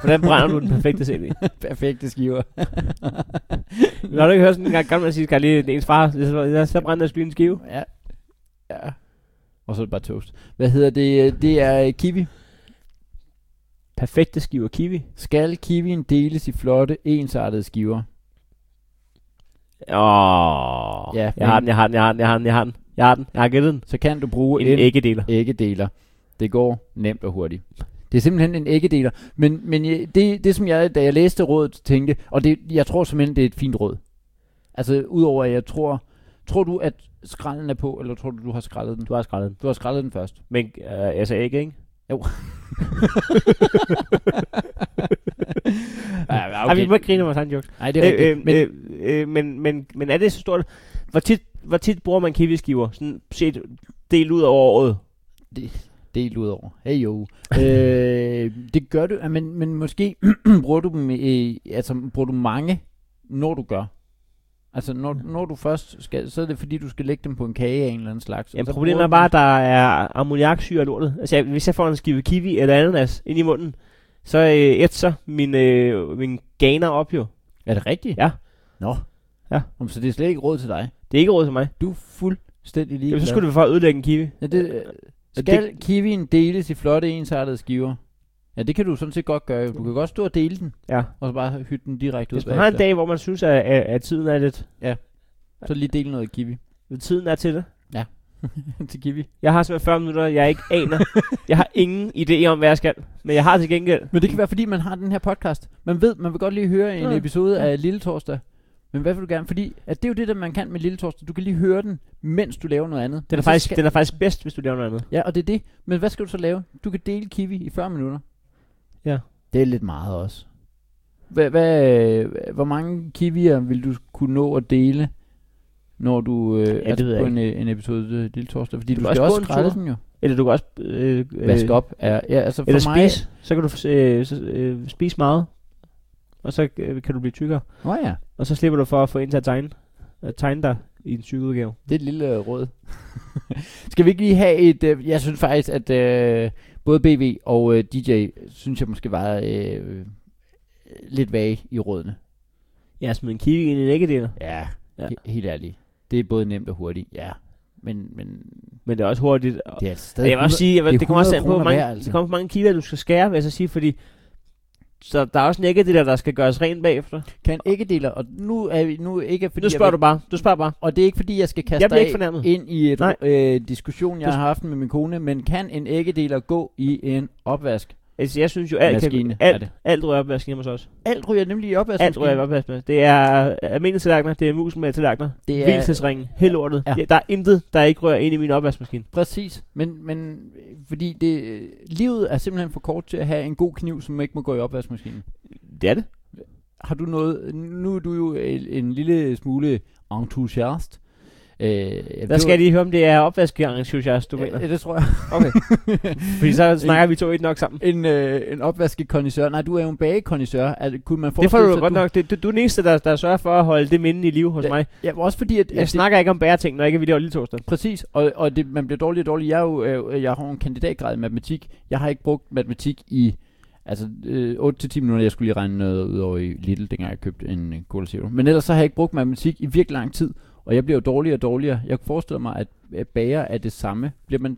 Speaker 2: Hvordan brænder du den perfekte CD?
Speaker 1: perfekte skiver.
Speaker 2: Når du ikke hørt sådan en gang, gammel man sige, skal lige ens far, så, så brænder jeg sgu lige en skive.
Speaker 1: ja. ja. Og så er det bare toast. Hvad hedder det? Det er øh, kiwi.
Speaker 2: Perfekte skiver kiwi.
Speaker 1: Skal kiwien deles i flotte, ensartede skiver?
Speaker 2: Åh,
Speaker 1: Ja,
Speaker 2: ja, jeg har den, jeg har den, jeg har den, jeg har den, jeg har den. Jeg har den, jeg har gættet den.
Speaker 1: Så kan du bruge
Speaker 2: En æggedeler.
Speaker 1: æggedeler. Det går nemt og hurtigt. Det er simpelthen en æggedeler. Men, men jeg- det, det, som jeg, da jeg læste rådet, tænkte, og det, jeg tror simpelthen, det er et fint råd. Altså, udover at jeg tror, tror du, at skralden er på, eller tror du, du har skrællet den?
Speaker 2: Du har skrællet den.
Speaker 1: Du har skrællet den først.
Speaker 2: Men øh, jeg sagde æg, ikke?
Speaker 1: ja,
Speaker 2: Okay. Ej, vi må ikke grine med vores egen jokes.
Speaker 1: Nej, Ah, det er rigtigt.
Speaker 2: Øh, øh, men, øh, øh, men, men, men er det så stort? Hvor tit, hvor tit bruger man kiwiskiver? Sådan set delt ud over året.
Speaker 1: del ud over. Hey jo. øh, det gør du, ja, men, men måske bruger du dem, øh, altså, bruger du mange, når du gør. Altså, når,
Speaker 2: Mm.
Speaker 1: når du først skal, så er det fordi, du skal lægge dem på en kage af en eller anden slags. og
Speaker 2: Jamen,
Speaker 1: så
Speaker 2: problemet
Speaker 1: bruger
Speaker 2: er
Speaker 1: du
Speaker 2: bare, at der er ammoniaksyre i lortet. Altså, jeg, hvis jeg får en skive kiwi eller ananas ind i munden, så øh, ætser min, øh, min ganer op jo.
Speaker 1: dem. Er det rigtigt?
Speaker 2: Ja.
Speaker 1: Nå.
Speaker 2: Ja.
Speaker 1: Jamen, så det er slet ikke råd til dig.
Speaker 2: Det er ikke råd til mig.
Speaker 1: Du er fuldstændig ligeglad.
Speaker 2: Jamen, så skulle du for at ødelægge en kiwi.
Speaker 1: ja, det, øh,
Speaker 2: Så
Speaker 1: skal det... kiwien deles i flotte ensartede skiver? Ja, det kan du sådan set godt gøre. jo. Du kan godt stå og dele den,
Speaker 2: Ja.
Speaker 1: og så bare hytte den direkte ud.
Speaker 2: Hvis man har en
Speaker 1: bagefter.
Speaker 2: dag, hvor man synes, at, at, at tiden er lidt...
Speaker 1: Så lige dele noget kiwi.
Speaker 2: Tiden er til det.
Speaker 1: til kiwi.
Speaker 2: Jeg har simpelthen 40 minutter, jeg ikke aner. jeg har ingen idé om, hvad jeg skal. Men jeg har til gengæld
Speaker 1: Men det kan være, fordi man har den her podcast. Man ved, man vil godt lige høre en
Speaker 2: Ja.
Speaker 1: episode af Lille Torsdag. Men hvad vil du gerne? Fordi at det er jo det, der man kan med Lille Torsdag. Du kan lige høre den, mens du laver noget andet.
Speaker 2: Den er,
Speaker 1: Og så
Speaker 2: faktisk,
Speaker 1: skal-
Speaker 2: den er faktisk bedst, hvis du laver noget andet.
Speaker 1: Ja, og det er det. Men hvad skal du så lave? Du kan dele kiwi i 40 minutter.
Speaker 2: Ja.
Speaker 1: Det er lidt meget også. Hvad, hvad, hvor mange kiwier vil du kunne nå at dele, når du øh,
Speaker 2: det ved jeg
Speaker 1: på en, øh, en episode øh, Lille Torsdag? Fordi du,
Speaker 2: må
Speaker 1: skal
Speaker 2: også
Speaker 1: også
Speaker 2: gå en
Speaker 1: skrælle
Speaker 2: tur.
Speaker 1: den jo.
Speaker 2: Eller du kan også... Øh, øh,
Speaker 1: Vask op. Er, ja, altså for
Speaker 2: Eller
Speaker 1: mig...
Speaker 2: spise. Så kan du øh, så, øh, spise meget. Og så øh, kan du blive tykkere.
Speaker 1: Nå ja,
Speaker 2: Og så slipper du for at få en til at tegne, at tegne dig i en syg udgave.
Speaker 1: det er et lille øh, råd. Skal vi ikke lige have et... Øh, jeg synes faktisk, at øh, både BV og øh, DJ, synes jeg måske var øh, lidt vage i rådene.
Speaker 2: Ja, smid en kigge ind i en æggedeler.
Speaker 1: Ja,
Speaker 2: Ja.
Speaker 1: ja. helt ærligt. Det er både nemt og hurtigt, ja. Men, men
Speaker 2: Men det er også hurtigt. Og
Speaker 1: det er altså stadig...
Speaker 2: det jeg vil også
Speaker 1: 100
Speaker 2: sige, jeg vil,
Speaker 1: det
Speaker 2: det,
Speaker 1: er
Speaker 2: det kommer også
Speaker 1: 100
Speaker 2: an
Speaker 1: kroner
Speaker 2: på, hvor mange,
Speaker 1: værd, altså.
Speaker 2: altså. det kommer på mange kilo, du skal skære, vil jeg så sige, fordi så der er også en æggedeler, der skal gøres rent bagefter.
Speaker 1: kan ikke dele, og nu er vi nu ikke fordi
Speaker 2: Nu
Speaker 1: jeg
Speaker 2: spørger
Speaker 1: vil-
Speaker 2: du bare. Du spørger bare.
Speaker 1: Og det er ikke fordi, jeg skal kaste
Speaker 2: Jeg bliver
Speaker 1: dig
Speaker 2: ikke fornærmet.
Speaker 1: ind i et
Speaker 2: Nej.
Speaker 1: øh, diskussion, jeg
Speaker 2: Du-
Speaker 1: har haft med min kone, men kan en æggedeler gå i en opvask?
Speaker 2: Altså, jeg synes jo, alt,
Speaker 1: Maskine
Speaker 2: kan,
Speaker 1: er
Speaker 2: alt,
Speaker 1: det.
Speaker 2: alt ryger i opvasken hjemme hos os.
Speaker 1: Alt ryger nemlig i opvask.
Speaker 2: Alt ryger i opvasken. Det er almindelige tallerkener, det er musen med tallerkener,
Speaker 1: Det
Speaker 2: det
Speaker 1: er-
Speaker 2: er... hvilesesringen, hele lortet.
Speaker 1: Ja.
Speaker 2: Ja. der er intet, der ikke rører ind i min opvaskemaskine.
Speaker 1: Præcis, men, men øh, fordi det, øh, livet er simpelthen for kort til at have en god kniv, som ikke må gå i opvaskemaskinen.
Speaker 2: Det er det.
Speaker 1: Har du noget, nu er du jo en, en lille smule entusiast. Øh, jeg
Speaker 2: Der skal jeg lige høre, om det er opvaskearrangements, du mener.
Speaker 1: Ja, det tror jeg.
Speaker 2: Fordi så snakker vi to ikke nok sammen.
Speaker 1: En, øh, en opvaskekondisør. Nej, du er jo en bagekondisør. Altså, kunne man
Speaker 2: Det får
Speaker 1: forestille
Speaker 2: du
Speaker 1: sig,
Speaker 2: godt nok. Det, du, du er den eneste, der, der sørger for at holde det minde i live hos
Speaker 1: Ja,
Speaker 2: mig.
Speaker 1: Ja, også fordi, at,
Speaker 2: Jeg
Speaker 1: at det-
Speaker 2: snakker ikke om bæreting, når ikke vi laver lille torsdag.
Speaker 1: Præcis, og, og det, man bliver dårligere og dårligere. Jeg, er jo, øh, jeg har jo en kandidatgrad i matematik. Jeg har ikke brugt matematik i altså, øh, 8-10 minutter. Jeg skulle lige regne noget ud over i Lidl, dengang jeg købte en øh, Cola Zero. Men ellers så har jeg ikke brugt matematik i virkelig lang tid, og jeg bliver jo dårligere og dårligere. Jeg kunne forestille mig, at, at bager er det samme. Bliver man,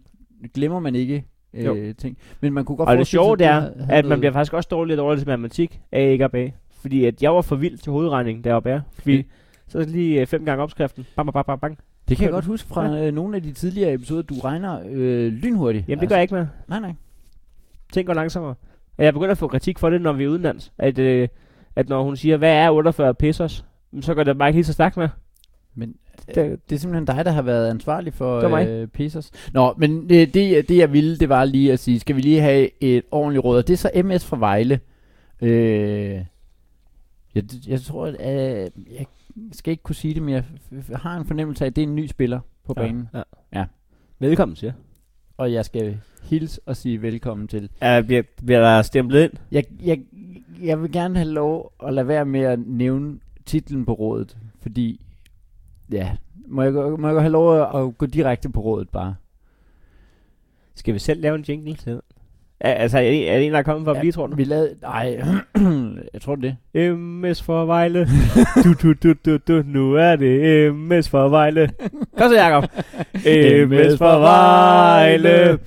Speaker 1: glemmer man ikke
Speaker 2: Jo.
Speaker 1: øh, ting. Men man kunne godt
Speaker 2: Og det
Speaker 1: forestille sig,
Speaker 2: sjove det
Speaker 1: du
Speaker 2: er,
Speaker 1: havde- havde
Speaker 2: at man
Speaker 1: noget-
Speaker 2: bliver faktisk også dårligere og dårligere til matematik af ikke at bage. Fordi at jeg var for vild til hovedregning, der var bære. Fordi
Speaker 1: Mm.
Speaker 2: så lige øh, fem gange opskriften. Bang, bang, bang, bang, bang.
Speaker 1: Det kan jeg godt huske fra øh, nogle af de tidligere episoder, du regner øh, lynhurtigt.
Speaker 2: Jamen det gør jeg ikke mere.
Speaker 1: Nej, nej.
Speaker 2: Ting går langsommere. Og jeg begynder at få kritik for det, når vi er udenlands. At, øh, at når hun siger, hvad er 48 pesos? Jamen, Så går det bare ikke lige så stærkt med.
Speaker 1: Men øh,
Speaker 2: Det-
Speaker 1: det, det er simpelthen dig, der har været ansvarlig
Speaker 2: Det
Speaker 1: for
Speaker 2: var mig.
Speaker 1: øh, Pissers. Nå, men øh, det, det jeg ville, det var lige at sige, skal vi lige have et ordentligt råd? Og det er så MS fra Vejle. Øh, jeg, jeg tror, at øh, jeg skal ikke kunne sige det, men jeg f- f- har en fornemmelse af, at det er en ny spiller på banen.
Speaker 2: Ja.
Speaker 1: Ja.
Speaker 2: Velkommen, siger
Speaker 1: Og jeg skal hilse og sige velkommen til.
Speaker 2: jeg. Uh, bliver, bliver der stemplet ind?
Speaker 1: Jeg, jeg, jeg vil gerne have lov at lade være med at nævne titlen på rådet, fordi, ja, må jeg, gå- må jeg have lov at, at gå direkte på rådet bare?
Speaker 2: Skal vi selv lave en jingle til den? Ja, altså, er det, er det en, der er kommet for at blive, tror du?
Speaker 1: Vi lavede... Nej, jeg tror det.
Speaker 2: MS for Vejle. du, du, du, du, du, nu er det MS for Vejle. Kom så, Jacob. MS for Vejle.
Speaker 1: Ja.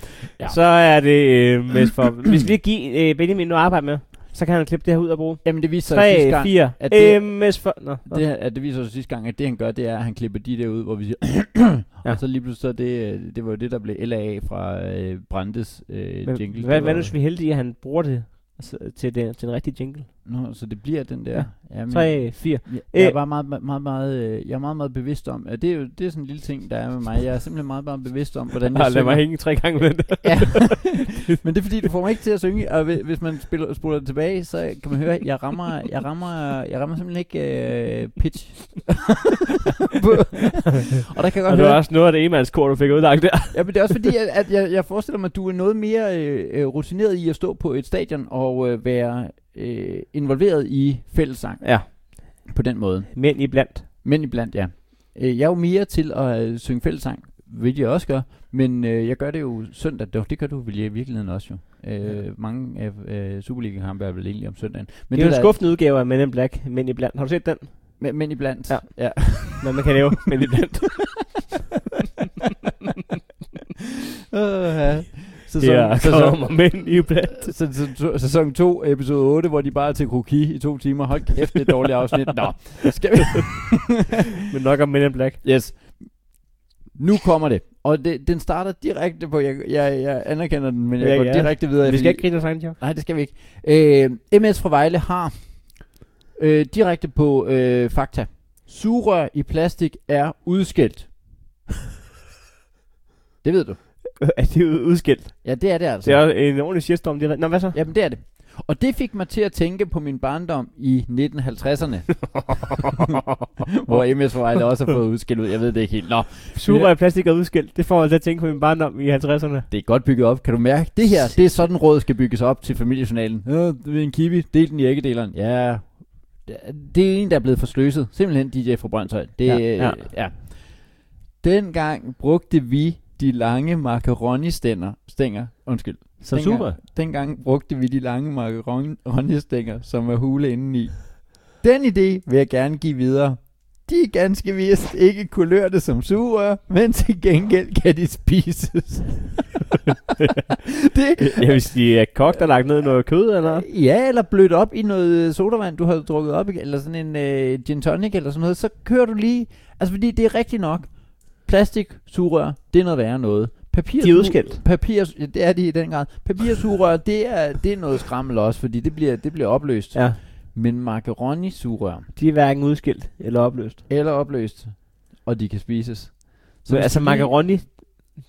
Speaker 2: Ja. Så er det MS for... Vi skal lige give øh, Benjamin noget at arbejde med. Så kan han klippe det her ud og bruge.
Speaker 1: Jamen, det viser sig sidste
Speaker 2: 3,
Speaker 1: gang...
Speaker 2: 4,
Speaker 1: at det-
Speaker 2: MS for... Nå, nå.
Speaker 1: Det, at det viser sig sidste gang, at det han gør, det er, at han klipper de der ud, hvor vi siger... ja.
Speaker 2: Ja.
Speaker 1: Og så lige pludselig, så er det, øh, det var jo det, der blev LAA fra øh, Brandes øh,
Speaker 2: Men
Speaker 1: jingle.
Speaker 2: Hvad,
Speaker 1: Det var-
Speaker 2: hvad nu, hvis vi er heldige, at han bruger det altså, til, den, til en rigtig jingle?
Speaker 1: Nå, så det bliver den der...
Speaker 2: Ja.
Speaker 1: Ja. Jamen,
Speaker 2: 3, 4.
Speaker 1: Jeg, jeg er
Speaker 2: Øh.
Speaker 1: bare meget, meget, meget, meget, øh, jeg er meget, meget bevidst om, at det er jo det er sådan en lille ting, der er med mig. Jeg er simpelthen meget, meget bevidst om, hvordan jeg
Speaker 2: Ah, lad mig
Speaker 1: synger.
Speaker 2: hænge tre gange med det.
Speaker 1: Ja. Men det er fordi, du får mig ikke til at synge, og hvi- hvis man spiller, spoler det tilbage, så kan man høre, at jeg rammer, jeg rammer, jeg rammer simpelthen ikke øh, pitch. og der kan jeg godt
Speaker 2: Og det var
Speaker 1: høre,
Speaker 2: også noget af det emandskor, du fik udlagt der.
Speaker 1: ja, men det er også fordi, at, at jeg, jeg forestiller mig, at du er noget mere øh, øh, rutineret i at stå på et stadion og øh, være øh, involveret i fællesang
Speaker 2: Ja.
Speaker 1: på den måde.
Speaker 2: Mænd iblandt.
Speaker 1: Men iblandt, ja. Øh, Jeg er jo mere til at øh, synge fællesang, hvilket jeg også gør, men øh, jeg gør det jo søndag. Det, det gør du vel i virkeligheden også jo. Øh, mange af øh, Superliga-kampe er vel egentlig om søndagen.
Speaker 2: Men det er jo en
Speaker 1: der-
Speaker 2: skuffende udgave af Men in Black, Men i Blandt. Har du set den?
Speaker 1: Men, men iblandt.
Speaker 2: Ja.
Speaker 1: ja.
Speaker 2: Når man kan lave Men i Blandt.
Speaker 1: Uh, sæson,
Speaker 2: Ja,
Speaker 1: sæson,
Speaker 2: kommer Men i Blandt.
Speaker 1: sæson, sæson, sæson 2, episode 8, hvor de bare er til kroki i to timer. Hold kæft, det er et dårligt afsnit. Nå, skal vi...
Speaker 2: Men nok om Men in Black.
Speaker 1: Yes. Nu kommer det. Og det, den starter direkte på, jeg, jeg, jeg anerkender den, men jeg
Speaker 2: Ja,
Speaker 1: går
Speaker 2: ja.
Speaker 1: direkte videre.
Speaker 2: Vi
Speaker 1: fordi-
Speaker 2: skal ikke grine os egen, jo.
Speaker 1: Nej, det skal vi ikke. Øh, MS fra Vejle har øh, direkte på øh, fakta. Sugerør i plastik er udskilt. det ved du.
Speaker 2: Er det ud- udskilt?
Speaker 1: Ja, det er det altså.
Speaker 2: Det er jo en ordentlig shitstorm. De... Nå, hvad så?
Speaker 1: Jamen, det er det. Og det fik mig til at tænke på min barndom i 1950'erne. hvor MS Vejle også har fået udskilt ud. Jeg ved det ikke helt. Nå,
Speaker 2: Super af plastik og udskilt. Det får jeg til at tænke på min barndom i 50'erne.
Speaker 1: det er godt bygget op. Kan du mærke? Det her, det er sådan råd skal bygges op til familiejournalen. Øh, det er en kiwi. Del den i æggedeleren. Ja, det er en, der er blevet forsløset. Simpelthen DJ fra Brøndshøj. Det,
Speaker 2: Ja,
Speaker 1: ja,
Speaker 2: ja.
Speaker 1: ja. ja. Dengang brugte vi de lange macaroni-stænger. Stænger, undskyld.
Speaker 2: Så
Speaker 1: Dengang-
Speaker 2: super.
Speaker 1: Dengang brugte vi de lange macaroni-stænger, som er hule indeni. Den idé vil jeg gerne give videre. De er ganske vist ikke kulørte som sugerør, men til gengæld kan de spises. det,
Speaker 2: Jeg vil sige, at kogt er lagt ned i noget kød eller noget.
Speaker 1: ja, eller blødt op i noget sodavand, du har drukket op, igen, eller sådan en øh, gin tonic eller sådan noget, så kører du lige, altså fordi det er rigtigt nok, plastik, sugerør, det er noget værre noget. Papir,
Speaker 2: De er udskilt.
Speaker 1: Papir, ja, det er de i den grad. Papirsugerør, det er, det er noget skrammel også, fordi det bliver, det bliver opløst.
Speaker 2: Ja.
Speaker 1: Men macaroni-sugerør,
Speaker 2: De er hverken udskilt eller opløst.
Speaker 1: eller opløst, og de kan spises.
Speaker 2: Så
Speaker 1: hvis
Speaker 2: altså
Speaker 1: du lige-
Speaker 2: macaroni,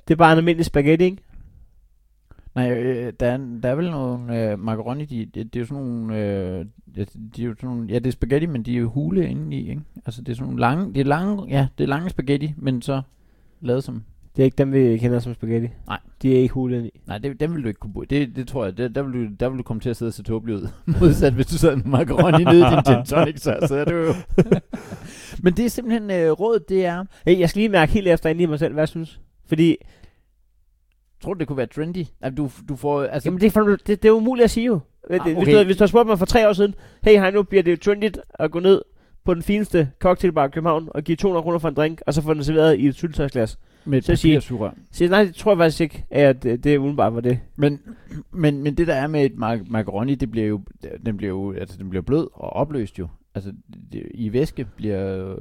Speaker 2: det er bare en almindelig spaghetti, ikke?
Speaker 1: Nej, øh, der, er, der er vel nogle øh, macaroni, de, de, det er jo sådan nogle, øh, ja, de er jo sådan nogle, ja, det er spaghetti, men de er jo hule indeni, ikke? Altså, det er sådan nogle lange, det er lange, ja, det er lange spaghetti, men så lavet som,
Speaker 2: Det er ikke dem, vi kender som spaghetti.
Speaker 1: Nej.
Speaker 2: De er ikke hulen i.
Speaker 1: nej, det, dem vil du ikke kunne bruge, det, det tror jeg, det, der, vil du, der vil du komme til at sidde og se tåbelig ud, modsat hvis du sad med macaroni nede i din gin tonic, så sidder du jo. men det er simpelthen øh, rådet, det er,
Speaker 2: Hey, jeg skal lige mærke helt efter ind i mig selv, hvad jeg synes. Fordi,
Speaker 1: tror du, det kunne være trendy? At du, du får, altså,
Speaker 2: jamen det er, for, det, det er umuligt at sige jo. Ah,
Speaker 1: Ah,
Speaker 2: okay. hvis,
Speaker 1: okay.
Speaker 2: du, havde- hvis du har spurgt mig for tre år siden, hey, hej nu bliver det trendigt at gå ned på den fineste cocktailbar i København og give 200 kroner for en drink, og så få den serveret i et syltøjsglas.
Speaker 1: med
Speaker 2: så sige-
Speaker 1: papirsugerør.
Speaker 2: Så nej, det tror jeg faktisk ikke, at det, det er udenbart var det.
Speaker 1: Men, men, men det der er med et mar- macaroni, det bliver jo, den bliver jo, altså den bliver blød og opløst jo. Altså det, i væske bliver øh,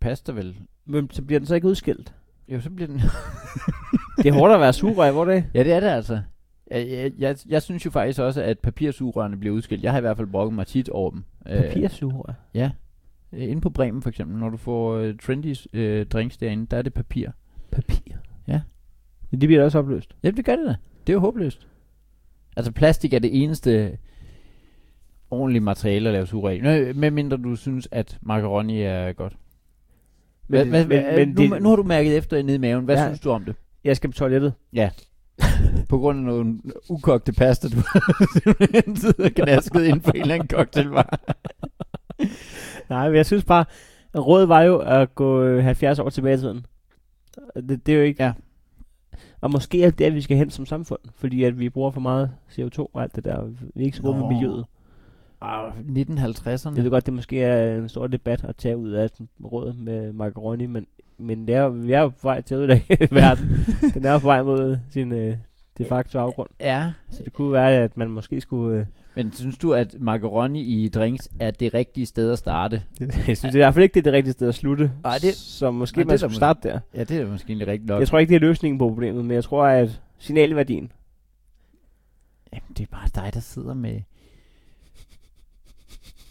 Speaker 1: pasta vel.
Speaker 2: Men så bliver den så ikke udskilt.
Speaker 1: Jo, så bliver den.
Speaker 2: Det er hårdt at være sur, hvor det
Speaker 1: ja, det er det altså. Jeg, jeg, jeg, jeg synes jo faktisk også, at papirsugerørene bliver udskilt. Jeg har i hvert fald brokket mig tit over dem. Øh,
Speaker 2: Papirsugerør.
Speaker 1: Ja. Øh, Inde på Bremen for eksempel, når du får øh, trendy øh, drinks derinde, der er det papir.
Speaker 2: Papir.
Speaker 1: Ja.
Speaker 2: Men de bliver da også opløst.
Speaker 1: Ja, det gør det da. Det er jo håbløst. Altså, plastik er det eneste ordentlige materiale at lave sugerør i. Nå, øh, Medmindre du synes, at macaroni er godt. Men,
Speaker 2: Men,
Speaker 1: hvad,
Speaker 2: men,
Speaker 1: hvad,
Speaker 2: men, men
Speaker 1: nu,
Speaker 2: det,
Speaker 1: nu har du mærket efter nede i maven. Hvad
Speaker 2: Ja.
Speaker 1: ja. synes du om det?
Speaker 2: jeg skal på toilettet.
Speaker 1: På grund af nogle ukogte pasta, du har simpelthen siddet og knasket ind på en eller anden cocktailbar.
Speaker 2: Nej, men jeg synes bare, at rådet var jo at gå øh, 70 år tilbage i tiden. Og Det, det er jo ikke...
Speaker 1: Ja.
Speaker 2: Og måske er det der, vi skal hen som samfund, fordi at vi bruger for meget CO2 og alt det der, og vi er ikke så gode med
Speaker 1: Nå.
Speaker 2: miljøet.
Speaker 1: Ah,
Speaker 2: Jeg
Speaker 1: 1950'erne.
Speaker 2: ved godt, det måske er en stor debat at tage ud af sådan rådet med macaroni, men, men det er, jo- vi er jo på vej til at ødelægge verden. Den er jo på vej mod sin øh, de facto afgrund.
Speaker 1: Ja,
Speaker 2: Så det kunne være, at man måske skulle... Øh,
Speaker 1: men synes du, at macaroni i drinks er det rigtige sted at starte?
Speaker 2: jeg synes i hvert fald ikke, det er det rigtige sted at slutte.
Speaker 1: Nej, det-
Speaker 2: så måske
Speaker 1: nej, det er
Speaker 2: man
Speaker 1: der
Speaker 2: skulle
Speaker 1: måske-
Speaker 2: starte der.
Speaker 1: Ja, det er måske egentlig rigtigt nok.
Speaker 2: Jeg tror ikke, det er løsningen på problemet, men jeg tror, at signalværdien...
Speaker 1: Jamen, det er bare dig, der sidder med...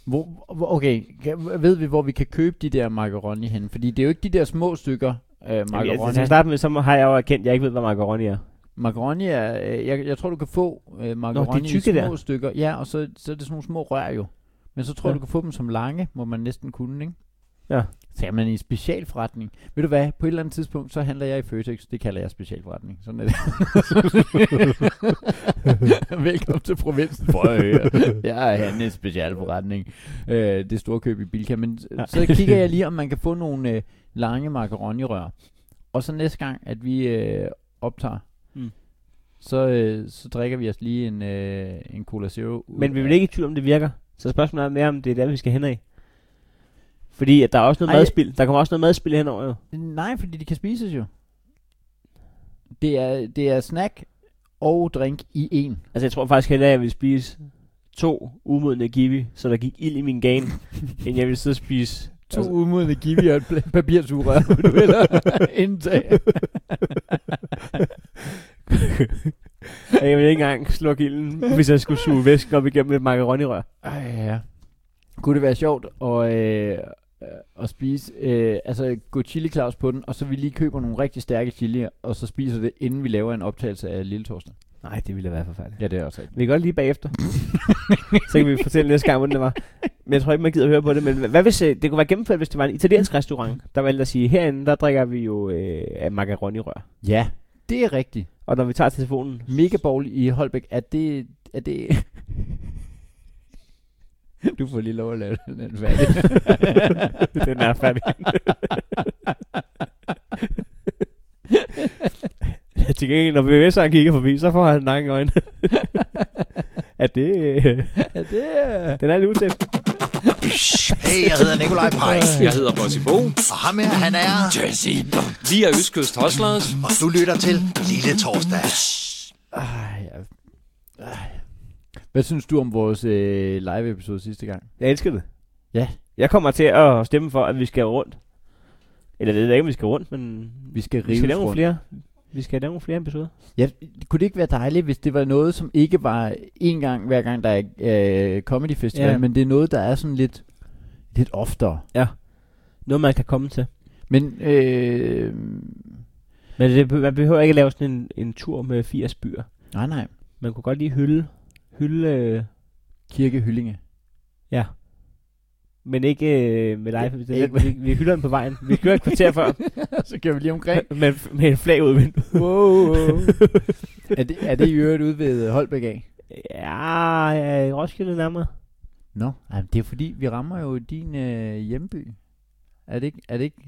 Speaker 1: Hvor, hvor- okay, kan- ved vi, hvor vi kan købe de der macaroni hen? Fordi det er jo ikke de der små stykker øh,
Speaker 2: Macaroni. Uh, Jamen, jeg,
Speaker 1: macaroni.
Speaker 2: til at starte med, så har jeg jo erkendt, at jeg ikke ved, hvad macaroni er.
Speaker 1: macaroni er... Øh, jeg, jeg tror, du kan få øh, macaroni i
Speaker 2: tykke
Speaker 1: små
Speaker 2: der.
Speaker 1: stykker. Ja, og så, så er det sådan nogle små rør jo. Men så tror jeg,
Speaker 2: Ja.
Speaker 1: du kan få dem som lange, må man næsten kunne, ikke?
Speaker 2: Ja.
Speaker 1: Så er man i en specialforretning. Ved du hvad, på et eller andet tidspunkt, så handler jeg i Føtex. Det kalder jeg specialforretning. Sådan er det. Velkommen til provinsen for at høre. Jeg er handlet i en specialforretning. Øh, det store køb i Bilka. Men
Speaker 2: Ja.
Speaker 1: ja. så kigger jeg lige, om man kan få nogle øh, lange macaronirør. Og så næste gang, at vi øh, optager,
Speaker 2: Mm.
Speaker 1: mm. så, øh, så drikker vi os lige en, øh, en Cola Zero. ud
Speaker 2: Men vi
Speaker 1: af-
Speaker 2: vil ikke i tvivl, om det virker. Så spørgsmålet er mere, om det er der, vi skal hen af. Fordi at der er også noget
Speaker 1: Ej,
Speaker 2: Ej, madspil. Der kommer også noget madspil henover jo.
Speaker 1: Nej, fordi de kan spises jo. Det er, det er snack og drink i en.
Speaker 2: Altså, jeg tror faktisk hellere, at jeg vil spise to umodne kiwi, så der gik ild i min gan, end jeg vil sidde og spise...
Speaker 1: To
Speaker 2: Altså-
Speaker 1: altså. umodne kiwi og et pla- papirsugerør, vil du hellere indtage.
Speaker 2: Jeg vil ikke engang slukke ilden, hvis jeg skulle suge væsken op igennem et macaronirør.
Speaker 1: Ej, ja. Kunne det være sjovt at, øh, øh, at spise, øh, altså gå chili claus på den, og så vi lige køber nogle rigtig stærke chilier, og så spiser det, inden vi laver en optagelse af Lille Torsdag.
Speaker 2: Nej, det ville da være forfærdeligt.
Speaker 1: Ja, det er også rigtigt.
Speaker 2: Vi kan godt lige bagefter. så kan vi fortælle næste gang, hvordan det var. Men jeg tror ikke, man gider at høre på det. Men hva- hvad hvis, øh, det kunne være gennemført, hvis det var en italiensk restaurant, der valgte at sige, herinde, der drikker vi jo øh, af macaroni-rør.
Speaker 1: Ja, det er rigtigt.
Speaker 2: Og når vi tager telefonen,
Speaker 1: Mega Bowl i Holbæk, er det... Er det du får lige lov at lave den færdig.
Speaker 2: den er færdig. Til gengæld, når VVS'eren kigger forbi, så får han nakken i øjnene. er det... Øh,
Speaker 1: er det...
Speaker 2: den er lidt util.
Speaker 5: Hey, jeg hedder Nikolaj Pej.
Speaker 6: Jeg hedder Bossy Bo.
Speaker 5: Og ham her, han er...
Speaker 6: Vi er Østkyst Hustlers.
Speaker 5: Og du lytter til Lille Torsdag.
Speaker 1: Ej, ja. Ej. Hvad synes du om vores øh, live-episode sidste gang?
Speaker 2: Jeg elsker det.
Speaker 1: Ja.
Speaker 2: Jeg kommer til at stemme for, at vi skal rundt. Eller jeg ved ikke, om vi skal rundt, men
Speaker 1: Vi skal
Speaker 2: vi
Speaker 1: rive
Speaker 2: skal lave nogle flere. Vi skal lave nogle flere episoder.
Speaker 1: Ja, kunne det ikke være dejligt, hvis det var noget, som ikke var en gang, hver gang der er øh, Comedy Festival,
Speaker 2: Ja.
Speaker 1: ja. men det er noget, der er sådan lidt, lidt oftere.
Speaker 2: Noget, man kan komme til.
Speaker 1: Men øh,
Speaker 2: Men det, man behøver ikke lave sådan en, en tur med 80 byer.
Speaker 1: nej, nej.
Speaker 2: Man kunne godt lige hylde, hylde øh,
Speaker 1: Kirke Hyllinge.
Speaker 2: men ikke øh, med live.
Speaker 1: Ikke-
Speaker 2: Det, det, vi, vi hylder den på vejen. Vi kører et kvarter før,
Speaker 1: Så kører vi lige omkring.
Speaker 2: med, med en flag ud af vinduet.
Speaker 1: wow. er, det, er det i øvrigt ude ved øh, Holbæk af?
Speaker 2: Ja, ja, Roskilde nærmere.
Speaker 1: Nå, no. det er fordi, vi rammer jo din øh, hjemby. Er det ikke? Er det ikke?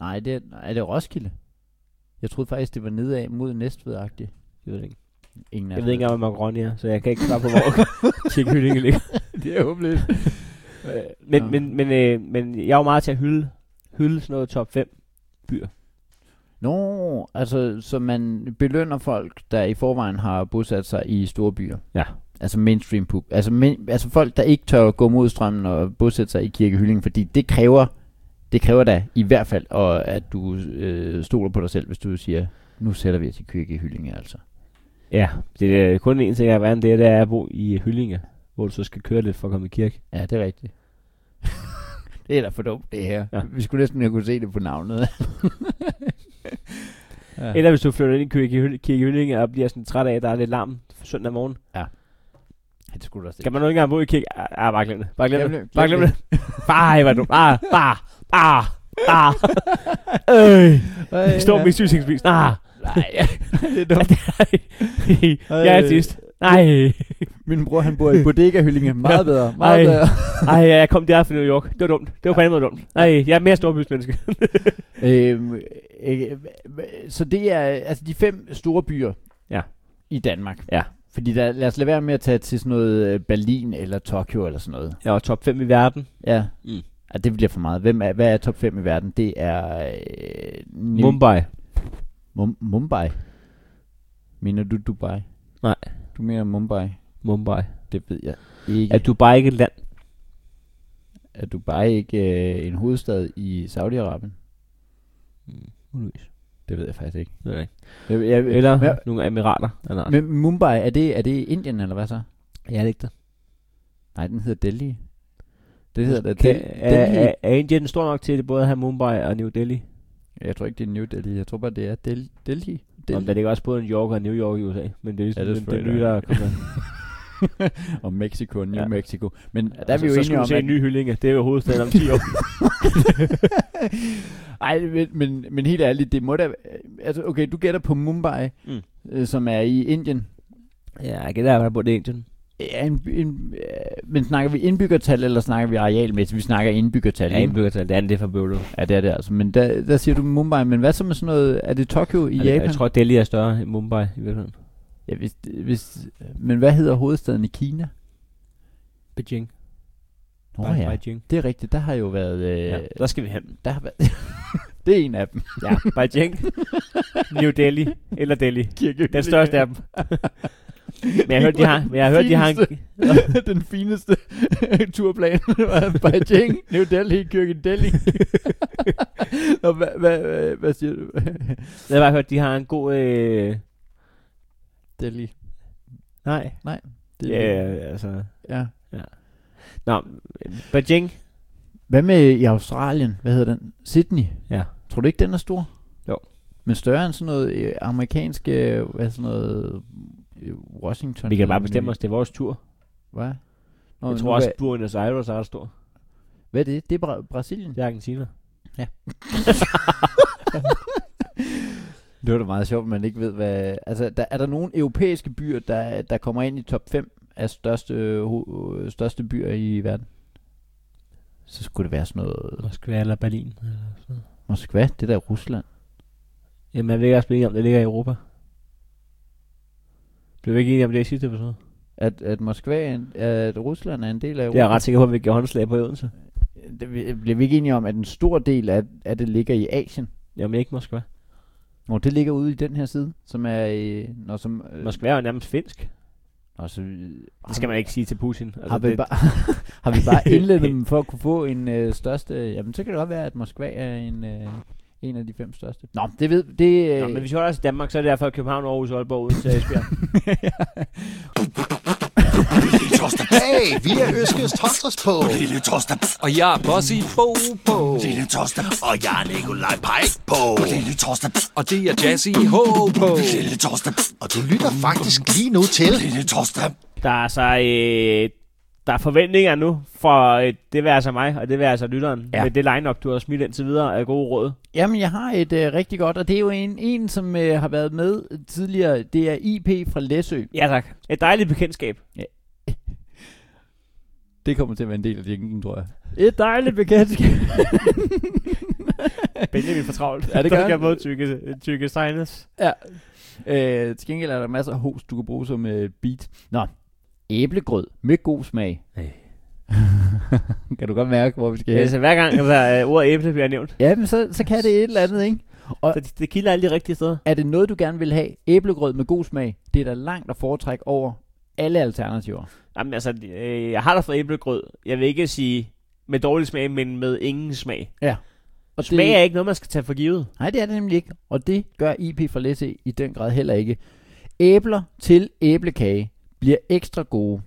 Speaker 1: Nej, det er, er det Roskilde? Jeg troede faktisk, det var nedad mod Næstved-agtigt.
Speaker 2: Jeg ved det ikke.
Speaker 1: Ingen af
Speaker 2: Jeg
Speaker 1: os
Speaker 2: ved ikke engang, hvad macaroni er, så jeg kan ikke svare på, hvor Kirkehyllinge ligger.
Speaker 1: det er håbløst.
Speaker 2: Men,
Speaker 1: Nå.
Speaker 2: men, men, øh, men jeg er jo meget til at hylde, hylde sådan noget top 5 byer.
Speaker 1: Nå, altså, så man belønner folk, der i forvejen har bosat sig i store byer.
Speaker 2: Ja.
Speaker 1: Altså mainstream pub. Altså, main, altså folk, der ikke tør at gå mod strømmen og bosætte sig i kirkehylling, fordi det kræver, det kræver da i hvert fald, og at du øh, stoler på dig selv, hvis du siger, nu sætter vi os i kirkehylling, altså.
Speaker 2: Ja, det er kun en ting, jeg er det, det er at bo i Hyllinge, hvor du så skal køre lidt for at komme i kirke.
Speaker 1: Ja, det er rigtigt. det er da for dumt, det her.
Speaker 2: Ja.
Speaker 1: Ja. Vi skulle næsten have kunne se det på navnet. ja.
Speaker 2: Eller hvis du flytter ind i kirke, kirke Hyllinge og bliver sådan træt af, at der er lidt larm søndag morgen.
Speaker 1: det skulle du også
Speaker 2: Skal man nu ikke engang bo i kirke? Ah, ah, bare glem det. Bare glem,
Speaker 1: Glem
Speaker 2: det.
Speaker 1: det,
Speaker 2: Bare glem
Speaker 1: glem
Speaker 2: det. Bare, hvor du. Bare, bare, bare, bare. Øh, jeg står med sygesikringsbevis. Ah,
Speaker 1: Nej, det er dumt.
Speaker 2: jeg er artist. Nej.
Speaker 1: Min bror, han bor i Bodega Hyllinge. Meget bedre. Meget
Speaker 2: Ej.
Speaker 1: bedre.
Speaker 2: Ej, ja, jeg kom der fra New York. Det var dumt. Det var på en anden måde dumt. Nej, jeg er mere storbysmenneske.
Speaker 1: Øhm, øh, hva- så det er altså de fem store byer
Speaker 2: Ja.
Speaker 1: i Danmark.
Speaker 2: Ja.
Speaker 1: Fordi der, lad os lade være med at tage til sådan noget øh, Berlin eller Tokyo eller sådan noget.
Speaker 2: Jeg var top 5 i verden.
Speaker 1: Ja.
Speaker 6: Mm.
Speaker 1: Ja, det bliver for meget. Hvem er, hvad er top 5 i verden? Det er... Øh, New-
Speaker 2: Mumbai.
Speaker 1: Mum- Mumbai. Mener du Dubai?
Speaker 2: Nej.
Speaker 1: Du mener Mumbai?
Speaker 2: Mumbai.
Speaker 1: Det ved jeg ikke.
Speaker 2: Er Dubai ikke et land?
Speaker 1: Er Dubai ikke øh, en hovedstad i Saudi-Arabien?
Speaker 2: Muligvis.
Speaker 1: Det ved jeg faktisk ikke.
Speaker 2: Det ved jeg ikke.
Speaker 1: Jeg, jeg,
Speaker 2: Eller
Speaker 1: men,
Speaker 2: nogle emirater. Eller,
Speaker 1: men Mumbai, er det, er det Indien, eller hvad så?
Speaker 2: jeg er ikke det.
Speaker 1: Nej, den hedder Delhi. Det hedder da
Speaker 2: Kan,
Speaker 1: Del-
Speaker 2: er,
Speaker 1: Delhi.
Speaker 2: er, er Indien stor nok til, at det både har Mumbai og New Delhi?
Speaker 1: Jeg tror ikke, det er New Delhi. Jeg tror bare, det er Del- Delhi.
Speaker 2: Delhi. Om der
Speaker 1: Delhi.
Speaker 2: ligger også både New York og New York i USA. Men det er,
Speaker 1: Ja, det er
Speaker 2: ligesom det, det
Speaker 1: selvfølgelig
Speaker 2: nye, der er
Speaker 1: rigtigt.
Speaker 2: kommet.
Speaker 1: og Mexico og New
Speaker 2: Ja.
Speaker 1: ja. Mexico. Men der er
Speaker 2: Altså,
Speaker 1: vi jo
Speaker 2: så
Speaker 1: enige
Speaker 2: skulle
Speaker 1: om,
Speaker 2: vi se en ny hyllinge. Det er jo hovedstaden om 10 år.
Speaker 1: Ej, men, men, men helt ærligt, det må da... Altså, okay, du gætter på Mumbai,
Speaker 2: Mm.
Speaker 1: mm. øh, som er i Indien.
Speaker 2: ja, jeg gætter, at jeg bor i Indien.
Speaker 1: Ja, en, en, øh, men snakker vi indbyggertal, eller snakker vi arealmæssigt? Vi snakker indbyggertal.
Speaker 2: Ja,
Speaker 1: ikke?
Speaker 2: indbyggertal. Det andet, det er forbøvlet.
Speaker 1: ja det er det altså. Men der, der siger du Mumbai, men hvad så med sådan noget... Er det Tokyo i Japan?
Speaker 2: Altså, Jeg tror, Delhi er større end Mumbai i virkeligheden.
Speaker 1: Ja, hvis, hvis, men hvad hedder hovedstaden i Kina?
Speaker 2: Beijing.
Speaker 1: Nå
Speaker 2: Bare
Speaker 1: ja,
Speaker 2: Beijing.
Speaker 1: det er rigtigt. Der har jo været... Øh,
Speaker 2: Ja,
Speaker 1: ja.
Speaker 2: der skal vi hen.
Speaker 1: der har været det er en af dem.
Speaker 2: Ja, Beijing, New Delhi eller Delhi.
Speaker 1: Kirke.
Speaker 2: Den største af dem. men jeg har hørt, de har, men jeg har, hørt, de har en,
Speaker 1: den fineste turplan var Beijing, New Delhi, Kirke Delhi. Nå, hvad, hvad, hvad, hvad siger du?
Speaker 2: jeg har bare hørt, de har en god... Øh,
Speaker 1: Delhi.
Speaker 2: nej.
Speaker 1: Det,
Speaker 2: Ja, ja, altså...
Speaker 1: ja.
Speaker 2: Nå, Beijing.
Speaker 1: Hvad med i Australien? Hvad hedder den? Sydney?
Speaker 2: Ja.
Speaker 1: Tror du ikke, den er stor?
Speaker 2: Jo.
Speaker 1: Men større end sådan noget øh, amerikansk, øh, hvad sådan noget, øh, Washington.
Speaker 2: Vi kan
Speaker 1: eller
Speaker 2: bare bestemme
Speaker 1: New-
Speaker 2: os, det er vores tur.
Speaker 1: Hvad? Nå,
Speaker 2: Jeg
Speaker 1: nu
Speaker 2: tror også,
Speaker 1: Hvad,
Speaker 2: Buenos Aires er ret stor.
Speaker 1: hvad er det? Det er Bra- Brasilien?
Speaker 2: Det er Argentina.
Speaker 1: Det var da meget sjovt, at man ikke ved, hvad... Altså, der, er der nogle europæiske byer, der, der kommer ind i top 5 af største, øh, ho- øh, største byer i verden? Så skulle det være sådan noget...
Speaker 2: Moskva eller Berlin.
Speaker 1: Moskva, det der Rusland.
Speaker 2: Jamen, jeg vil ikke også blive enige om, det ligger i Europa. Blev vi ikke enige om det i sidste episode?
Speaker 1: At, at Moskva, er en- at Rusland er en del af
Speaker 2: Det er jeg ret sikker på, at vi giver håndslag på i Odense.
Speaker 1: Det, vi- bliver vi ikke enige om, at en stor del af, af det ligger i Asien?
Speaker 2: Jamen, ikke Moskva.
Speaker 1: Nå, det ligger ude i den her side, som er i... Nå, som, øh,
Speaker 2: Moskva er jo nærmest finsk.
Speaker 1: Nå, så,
Speaker 2: Det skal man ikke sige til Putin. Altså,
Speaker 1: har, vi
Speaker 2: det,
Speaker 1: bare, har vi bare indledt dem for at kunne få en øh, største... Jamen, så kan det godt være, at Moskva er en, øh, en af de fem største. Nå, det ved... Det, øh,
Speaker 2: Nå, men hvis vi holder os i Danmark, så er det derfor København, Aarhus, Aalborg, Odense og Esbjerg.
Speaker 5: Lille torsdag. Hey, vi er Øskes Torsdags på. Lille torsdag.
Speaker 6: Og jeg er Bossy Bo på.
Speaker 5: Lille torsdag. Og jeg er Nikolaj Pajk på. Lille torsdag.
Speaker 6: Og det er Jazzy H på.
Speaker 5: Lille torsdag. Og du lytter faktisk lige nu til. Lille torsdag.
Speaker 2: Der er så øh, der er forventninger nu fra øh, det vil altså mig, og det vil altså lytteren.
Speaker 1: Ja.
Speaker 2: Ja. Med det line-up, du har smidt indtil videre af gode råd.
Speaker 1: Jamen, jeg har et øh, rigtig godt, og det er jo en, en som øh, har været med tidligere. Det er IP fra Læsø.
Speaker 2: Ja tak. Et dejligt bekendtskab.
Speaker 1: Det kommer til at være en del af jinglen, tror jeg.
Speaker 2: Et dejligt bekendtskab. Benjamin for travlt.
Speaker 1: Ja, det gør
Speaker 2: Der skal
Speaker 1: han.
Speaker 2: både tykke, tykke signes.
Speaker 1: Ja. Øh, til gengæld er der masser af host, du kan bruge som øh, beat. Nå, æblegrød med god smag. kan du godt mærke, hvor vi skal
Speaker 2: Ja.
Speaker 1: hen?
Speaker 2: Altså, hver gang der øh, ordet æble bliver nævnt,
Speaker 1: Ja, men så, så kan det et eller andet, ikke?
Speaker 2: så det, det kilder alle de rigtige steder.
Speaker 1: Er det noget, du gerne vil have? Æblegrød med god smag. Det er da langt at foretrække over alle alternativer.
Speaker 2: Jamen altså, øh, jeg har da fået æblegrød. Jeg vil ikke sige med dårlig smag, men med ingen smag.
Speaker 1: Og
Speaker 2: Smag
Speaker 1: det,
Speaker 2: er ikke noget, man skal tage for givet.
Speaker 1: Nej, det er det nemlig ikke. Og det gør IP for Læsø i den grad heller ikke. Æbler til æblekage bliver ekstra gode.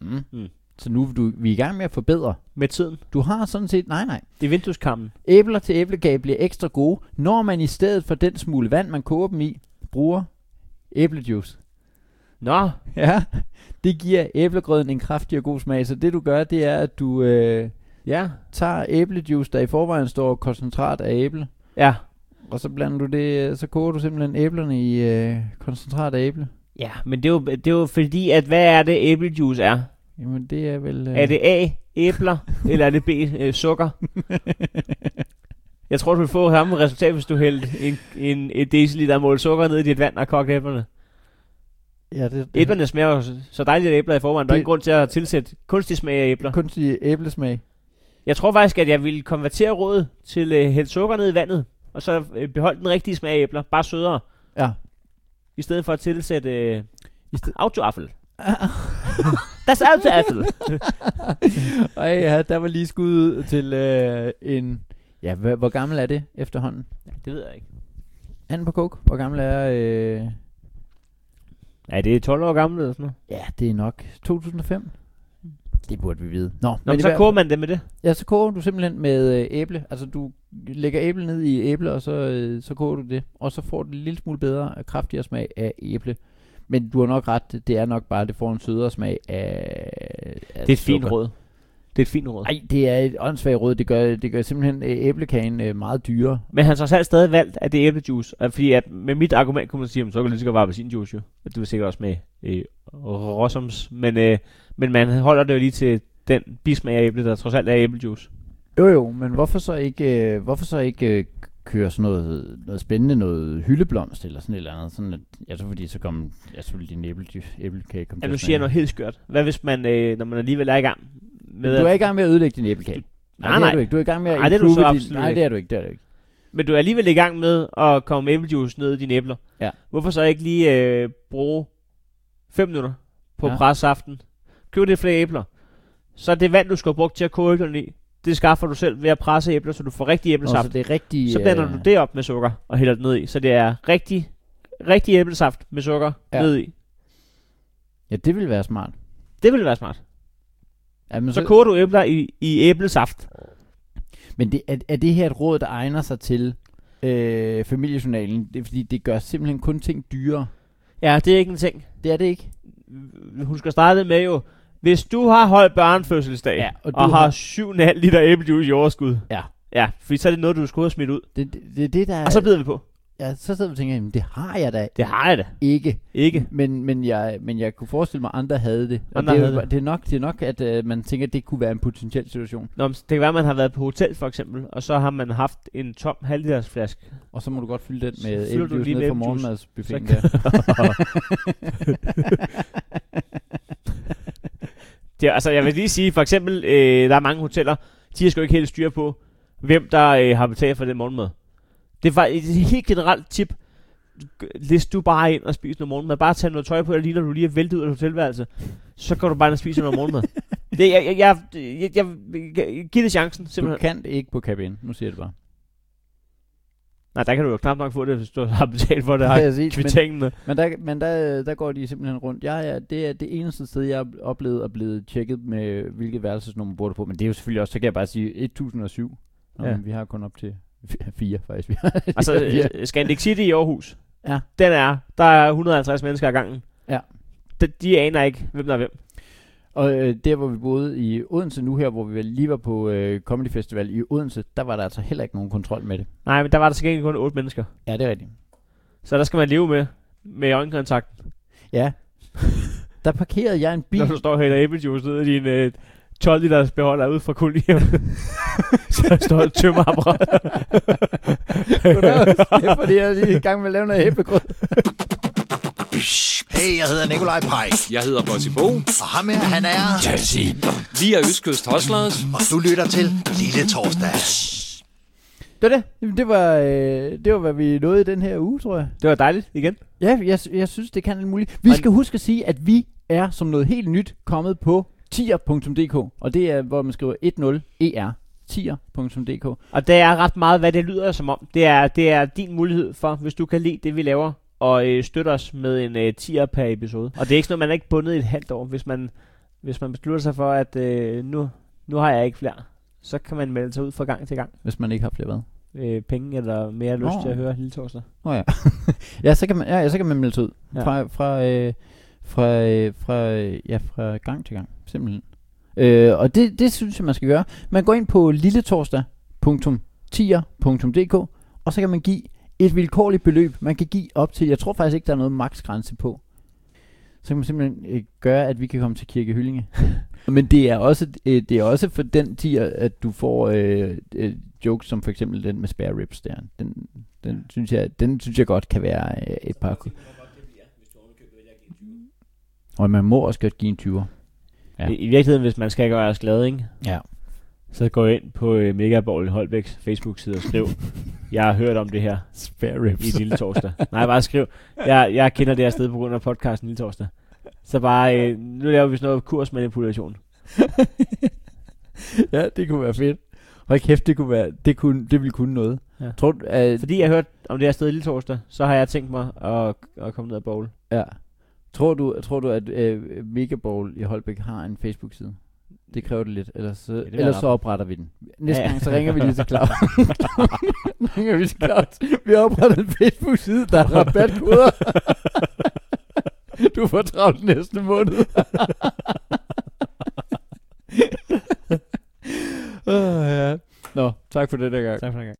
Speaker 1: Mm.
Speaker 2: Mm.
Speaker 1: Mm. Så nu er du, vi er i gang med at forbedre.
Speaker 2: Med tiden.
Speaker 1: Du har sådan set... Nej, nej.
Speaker 2: Det er vindueskammen.
Speaker 1: Æbler til æblekage bliver ekstra gode, når man i stedet for den smule vand, man koger dem i, bruger æblejuice.
Speaker 2: Nå,
Speaker 1: Ja, det giver æblegrøden en kraftig og god smag. Så det du gør, det er, at du øh,
Speaker 2: ja.
Speaker 1: tager æblejuice, der i forvejen står koncentrat af æble,
Speaker 2: Ja.
Speaker 1: og så blander du det, øh, så koger du simpelthen æblerne i øh, koncentrat af æble.
Speaker 2: Ja, men det er, jo, det er jo fordi, at hvad er det æblejuice er?
Speaker 1: Jamen det er vel... Øh,
Speaker 2: Ja. Er det A, æbler, eller er det B, øh, sukker? Jeg tror, du vil få samme resultat, hvis du hældte en, en, en deciliter mål sukker ned i dit vand og kogte æblerne.
Speaker 1: Ja, det, det
Speaker 2: Æblerne smager jo så- så dejligt af æbler i forvejen. Der er
Speaker 1: Det-
Speaker 2: ingen grund til at tilsætte kunstig smag af æbler.
Speaker 1: kunstig æblesmag.
Speaker 2: Jeg tror faktisk, at jeg ville konvertere rådet til at øh, hælde sukker ned i vandet, og så øh, beholde den rigtige smag af æbler, bare sødere,
Speaker 1: Ja.
Speaker 2: i stedet for at tilsætte øh,
Speaker 1: I sted-
Speaker 2: autoaffel. That's autoaffel.
Speaker 1: Ej, ja, der var lige skud ud til øh, en... Ja, hvor, hvor gammel er det efterhånden?
Speaker 2: det ved jeg ikke.
Speaker 1: Han på coke. Hvor gammel er... Øh,
Speaker 2: Ja, det er 12 år gammel eller sådan noget.
Speaker 1: ja, det er nok 2005. Det burde vi vide. Nå,
Speaker 2: Nå, men
Speaker 1: i
Speaker 2: så
Speaker 1: hvert-
Speaker 2: koger man det med det.
Speaker 1: Ja, så koger du simpelthen med øh, æble. Altså, du lægger æble ned i æble, og så, øh, så koger du det. Og så får du en lille smule bedre og kraftigere smag af æble. Men du har nok ret, det er nok bare, at det får en sødere smag af... af
Speaker 2: Det er et fint
Speaker 1: sukker.
Speaker 2: råd. Det er et fint råd. Ej.
Speaker 1: Nej, det er et åndssvagt råd. Det gør, det gør simpelthen øh, æblekagen øh, meget dyrere.
Speaker 2: Men han har så selv stadig valgt, at det er æblejuice. og Fordi at med mit argument kunne man sige, at så kan det lige så godt være appelsinjuice jo. Og det er sikkert også med øh, rossums. Men, øh, men man holder det jo lige til den bismag af æble, der trods alt er æblejuice.
Speaker 1: Jo jo, men hvorfor så ikke, øh, hvorfor så ikke øh, køre sådan noget, noget spændende, noget hyldeblomst eller sådan et eller andet? Sådan at, ja, så fordi så kom, ja, så ville din æble, æblekage komme
Speaker 2: Ja,
Speaker 1: til
Speaker 2: nu
Speaker 1: at
Speaker 2: siger
Speaker 1: smage.
Speaker 2: jeg noget helt skørt. Hvad hvis man, øh, når man alligevel er i gang med...
Speaker 1: Du er
Speaker 2: at-
Speaker 1: i gang med at ødelægge din æblekage.
Speaker 2: Nej,
Speaker 1: det er
Speaker 2: nej.
Speaker 1: Du, ikke. du er i gang med at
Speaker 2: Nej, det er du
Speaker 1: improve
Speaker 2: så
Speaker 1: din-
Speaker 2: absolut
Speaker 1: Nej,
Speaker 2: ikke.
Speaker 1: det er du ikke, det er du ikke.
Speaker 2: Men du er alligevel i gang med at komme æblejuice ned i dine æbler.
Speaker 1: Ja.
Speaker 2: Hvorfor så ikke lige øh, bruge 5 minutter på
Speaker 1: Ja.
Speaker 2: ja. pressaften? Køb lidt flere æbler. Så det vand, du skal have brugt til at koge æblerne i, det skaffer du selv ved at presse æbler, så du får rigtig
Speaker 1: Nå, så
Speaker 2: æblesaft.
Speaker 1: det er rigtig...
Speaker 2: så blander
Speaker 1: øh,
Speaker 2: du det op med sukker og hælder det ned i. Så det er rigtig, rigtig æblesaft med sukker
Speaker 1: Ja.
Speaker 2: ja. ned i.
Speaker 1: Ja, det ville være smart.
Speaker 2: Det ville være smart.
Speaker 1: Ja, men,
Speaker 2: Så koger du æbler i, i æblesaft.
Speaker 1: men det, er, er det her et råd, der egner sig til øh, familiejournalen? Det er fordi, det gør simpelthen kun ting dyrere.
Speaker 2: Ja, det er ikke en ting.
Speaker 1: Det er det ikke.
Speaker 2: Hun skal starte med jo, hvis du har holdt børnefødselsdag,
Speaker 1: Ja, og
Speaker 2: og,
Speaker 1: du
Speaker 2: og
Speaker 1: har-
Speaker 2: har 7,5 liter æblejuice i overskud.
Speaker 1: Ja.
Speaker 2: Ja, fordi så er det noget, du skulle have smidt ud.
Speaker 1: Det er det, det, er det, der er...
Speaker 2: Og så bider vi på.
Speaker 1: ja, så sidder man og tænker, jamen, det har jeg da
Speaker 2: Det har jeg da.
Speaker 1: ikke.
Speaker 2: Ikke.
Speaker 1: Men, men, jeg, men jeg kunne forestille mig, at andre havde det. Og
Speaker 2: Andre
Speaker 1: det, er,
Speaker 2: havde
Speaker 1: jo-
Speaker 2: det.
Speaker 1: det. er nok, det er nok, at øh, man tænker, at det kunne være en potentiel situation.
Speaker 2: Nå, men det kan være, at man har været på hotel for eksempel, og så har man haft en tom halvlitersflaske.
Speaker 1: Og så må du godt fylde den
Speaker 2: Så
Speaker 1: med
Speaker 2: fylder du
Speaker 1: æblejuice
Speaker 2: lige
Speaker 1: ned
Speaker 2: med
Speaker 1: fra
Speaker 2: æblejuice.
Speaker 1: morgenmadsbuffeten
Speaker 2: Så
Speaker 1: der.
Speaker 2: Det, er- altså, jeg vil lige sige, for eksempel, øh, der er mange hoteller, de har sgu ikke helt styr på, hvem der øh, har betalt for den morgenmad. Det er faktisk et helt generelt tip. G- List du bare ind og spis noget morgenmad. Bare tag noget tøj på, der ligner, du lige er væltet ud af et hotelværelse. Så går du bare ind og spiser noget morgenmad. Det, jeg, jeg, jeg, jeg, jeg, jeg, giv det chancen,
Speaker 1: Du
Speaker 2: simpelthen.
Speaker 1: kan ikke på cabin. Nu siger jeg det bare.
Speaker 2: Nej, der kan du jo knap nok få det, hvis du har betalt for det. Har
Speaker 1: Præcis, men-
Speaker 2: kvitteringen med.
Speaker 1: Men, der, men der, der går de simpelthen rundt. Jeg er, det er det eneste sted, jeg har oplevet at blive tjekket med, hvilket værelsesnummer bor du på. Men det er jo selvfølgelig også, så kan jeg bare sige 1007. Nå,
Speaker 2: Ja.
Speaker 1: ja. vi har kun op til f- fire, faktisk. Vi
Speaker 2: Altså,
Speaker 1: har fire.
Speaker 2: øh, Scandic City i Aarhus.
Speaker 1: Ja.
Speaker 2: Den er, der er 150 mennesker ad gangen.
Speaker 1: Ja.
Speaker 2: De, de aner ikke, hvem der er hvem.
Speaker 1: Og øh, der, hvor vi boede i Odense nu her, hvor vi lige var på øh, Comedy Festival i Odense, der var der altså heller ikke nogen kontrol med det.
Speaker 2: Nej, men der var der til gengæld kun otte mennesker.
Speaker 1: Ja, det er rigtigt.
Speaker 2: Så der skal man leve med, med øjenkontakt,
Speaker 1: Ja. der parkerede jeg en bil.
Speaker 2: når du står og hælder æblejuice ned i din øh, 12 liters beholder ud fra kulier. så der står et tømmerapparat.
Speaker 1: Goddag, det er fordi, jeg er lige i gang med at lave noget æblegrød.
Speaker 5: Hey, jeg hedder Nikolaj Pej,
Speaker 6: Jeg hedder Bossy Bo.
Speaker 5: og ham her, han er...
Speaker 6: Vi er Østkyst Hustlers.
Speaker 5: Og du lytter til Lille Torsdag.
Speaker 1: Det var det. Jamen, det var, øh, det var, hvad vi nåede i den her uge, tror jeg.
Speaker 2: det var dejligt igen.
Speaker 1: Ja, jeg, jeg synes, det kan alt muligt. Vi
Speaker 2: Og-
Speaker 1: skal huske at sige, at vi er som noget helt nyt kommet på tier.dk, og det er, hvor man skriver E 10er, tier.dk.
Speaker 2: Og det er ret meget, hvad det lyder som om. Det er, det er din mulighed for, hvis du kan lide det, vi laver, og øh, støtte os med en øh, 10'er per episode. Og det er ikke sådan, noget, man er ikke bundet i et halvt år. Hvis man, hvis man beslutter sig for, at øh, nu, nu har jeg ikke flere, så kan man melde sig ud fra gang til gang.
Speaker 1: Hvis man ikke har flere hvad.
Speaker 2: Øh, penge eller mere lyst
Speaker 1: Nå.
Speaker 2: til at høre Lille Torsdag.
Speaker 1: Nå ja. ja, så kan man, ja, ja, så kan man melde sig ud.
Speaker 2: Ja.
Speaker 1: Ja. Fra, fra, øh, fra, øh, fra, øh, ja, fra gang til gang, simpelthen. Øh, og det, det synes jeg, man skal gøre. Man går ind på lilletorsdag.tier.dk, og så kan man give et vilkårligt beløb. Man kan give op til, jeg tror faktisk ikke, der er noget maksgrænse på. Så kan man simpelthen øh, gøre, at vi kan komme til Kirke Hyllinge. Men det er, også, øh, det er også for den tier, at du får øh, øh, jokes som for eksempel den med spare ribs der. Den, den, synes, jeg, den synes jeg godt kan være øh, et par... Og man må også godt give en 20'er. Ja.
Speaker 2: I, I virkeligheden, hvis man skal gøre os glade, ikke?
Speaker 1: Ja.
Speaker 2: så gå ind på øh, Megabowl Holbæks Facebook-side og skriv, jeg har hørt om det her
Speaker 1: Spare
Speaker 2: i Lille Torsdag. Nej, bare skriv, jeg, jeg kender det her sted på grund af podcasten Lille Torsdag. Så bare, øh, nu laver vi sådan noget kursmanipulation.
Speaker 1: ja, det kunne være fedt. Hold kæft, det kunne være, det, kunne, det ville kunne noget.
Speaker 2: Ja.
Speaker 1: Ja. Tror du, at,
Speaker 2: Fordi jeg hørte om det her sted Lille Torsdag, så har jeg tænkt mig at, at komme ned og bowl.
Speaker 1: ja. Tror du, tror du at øh, Mega Bowl i Holbæk har en Facebook-side? Det kræver det lidt, ellers, så,
Speaker 2: det vil
Speaker 1: ellers
Speaker 2: jeg
Speaker 1: så opretter vi den. Næste
Speaker 2: Ja, ja.
Speaker 1: gang, så ringer vi lige til Claus. ringer vi til Claus. Vi opretter en Facebook-side, der er rabatkoder. du får travlt næste måned. oh, ja. Nå, tak for det der gang.
Speaker 2: Tak for den gang.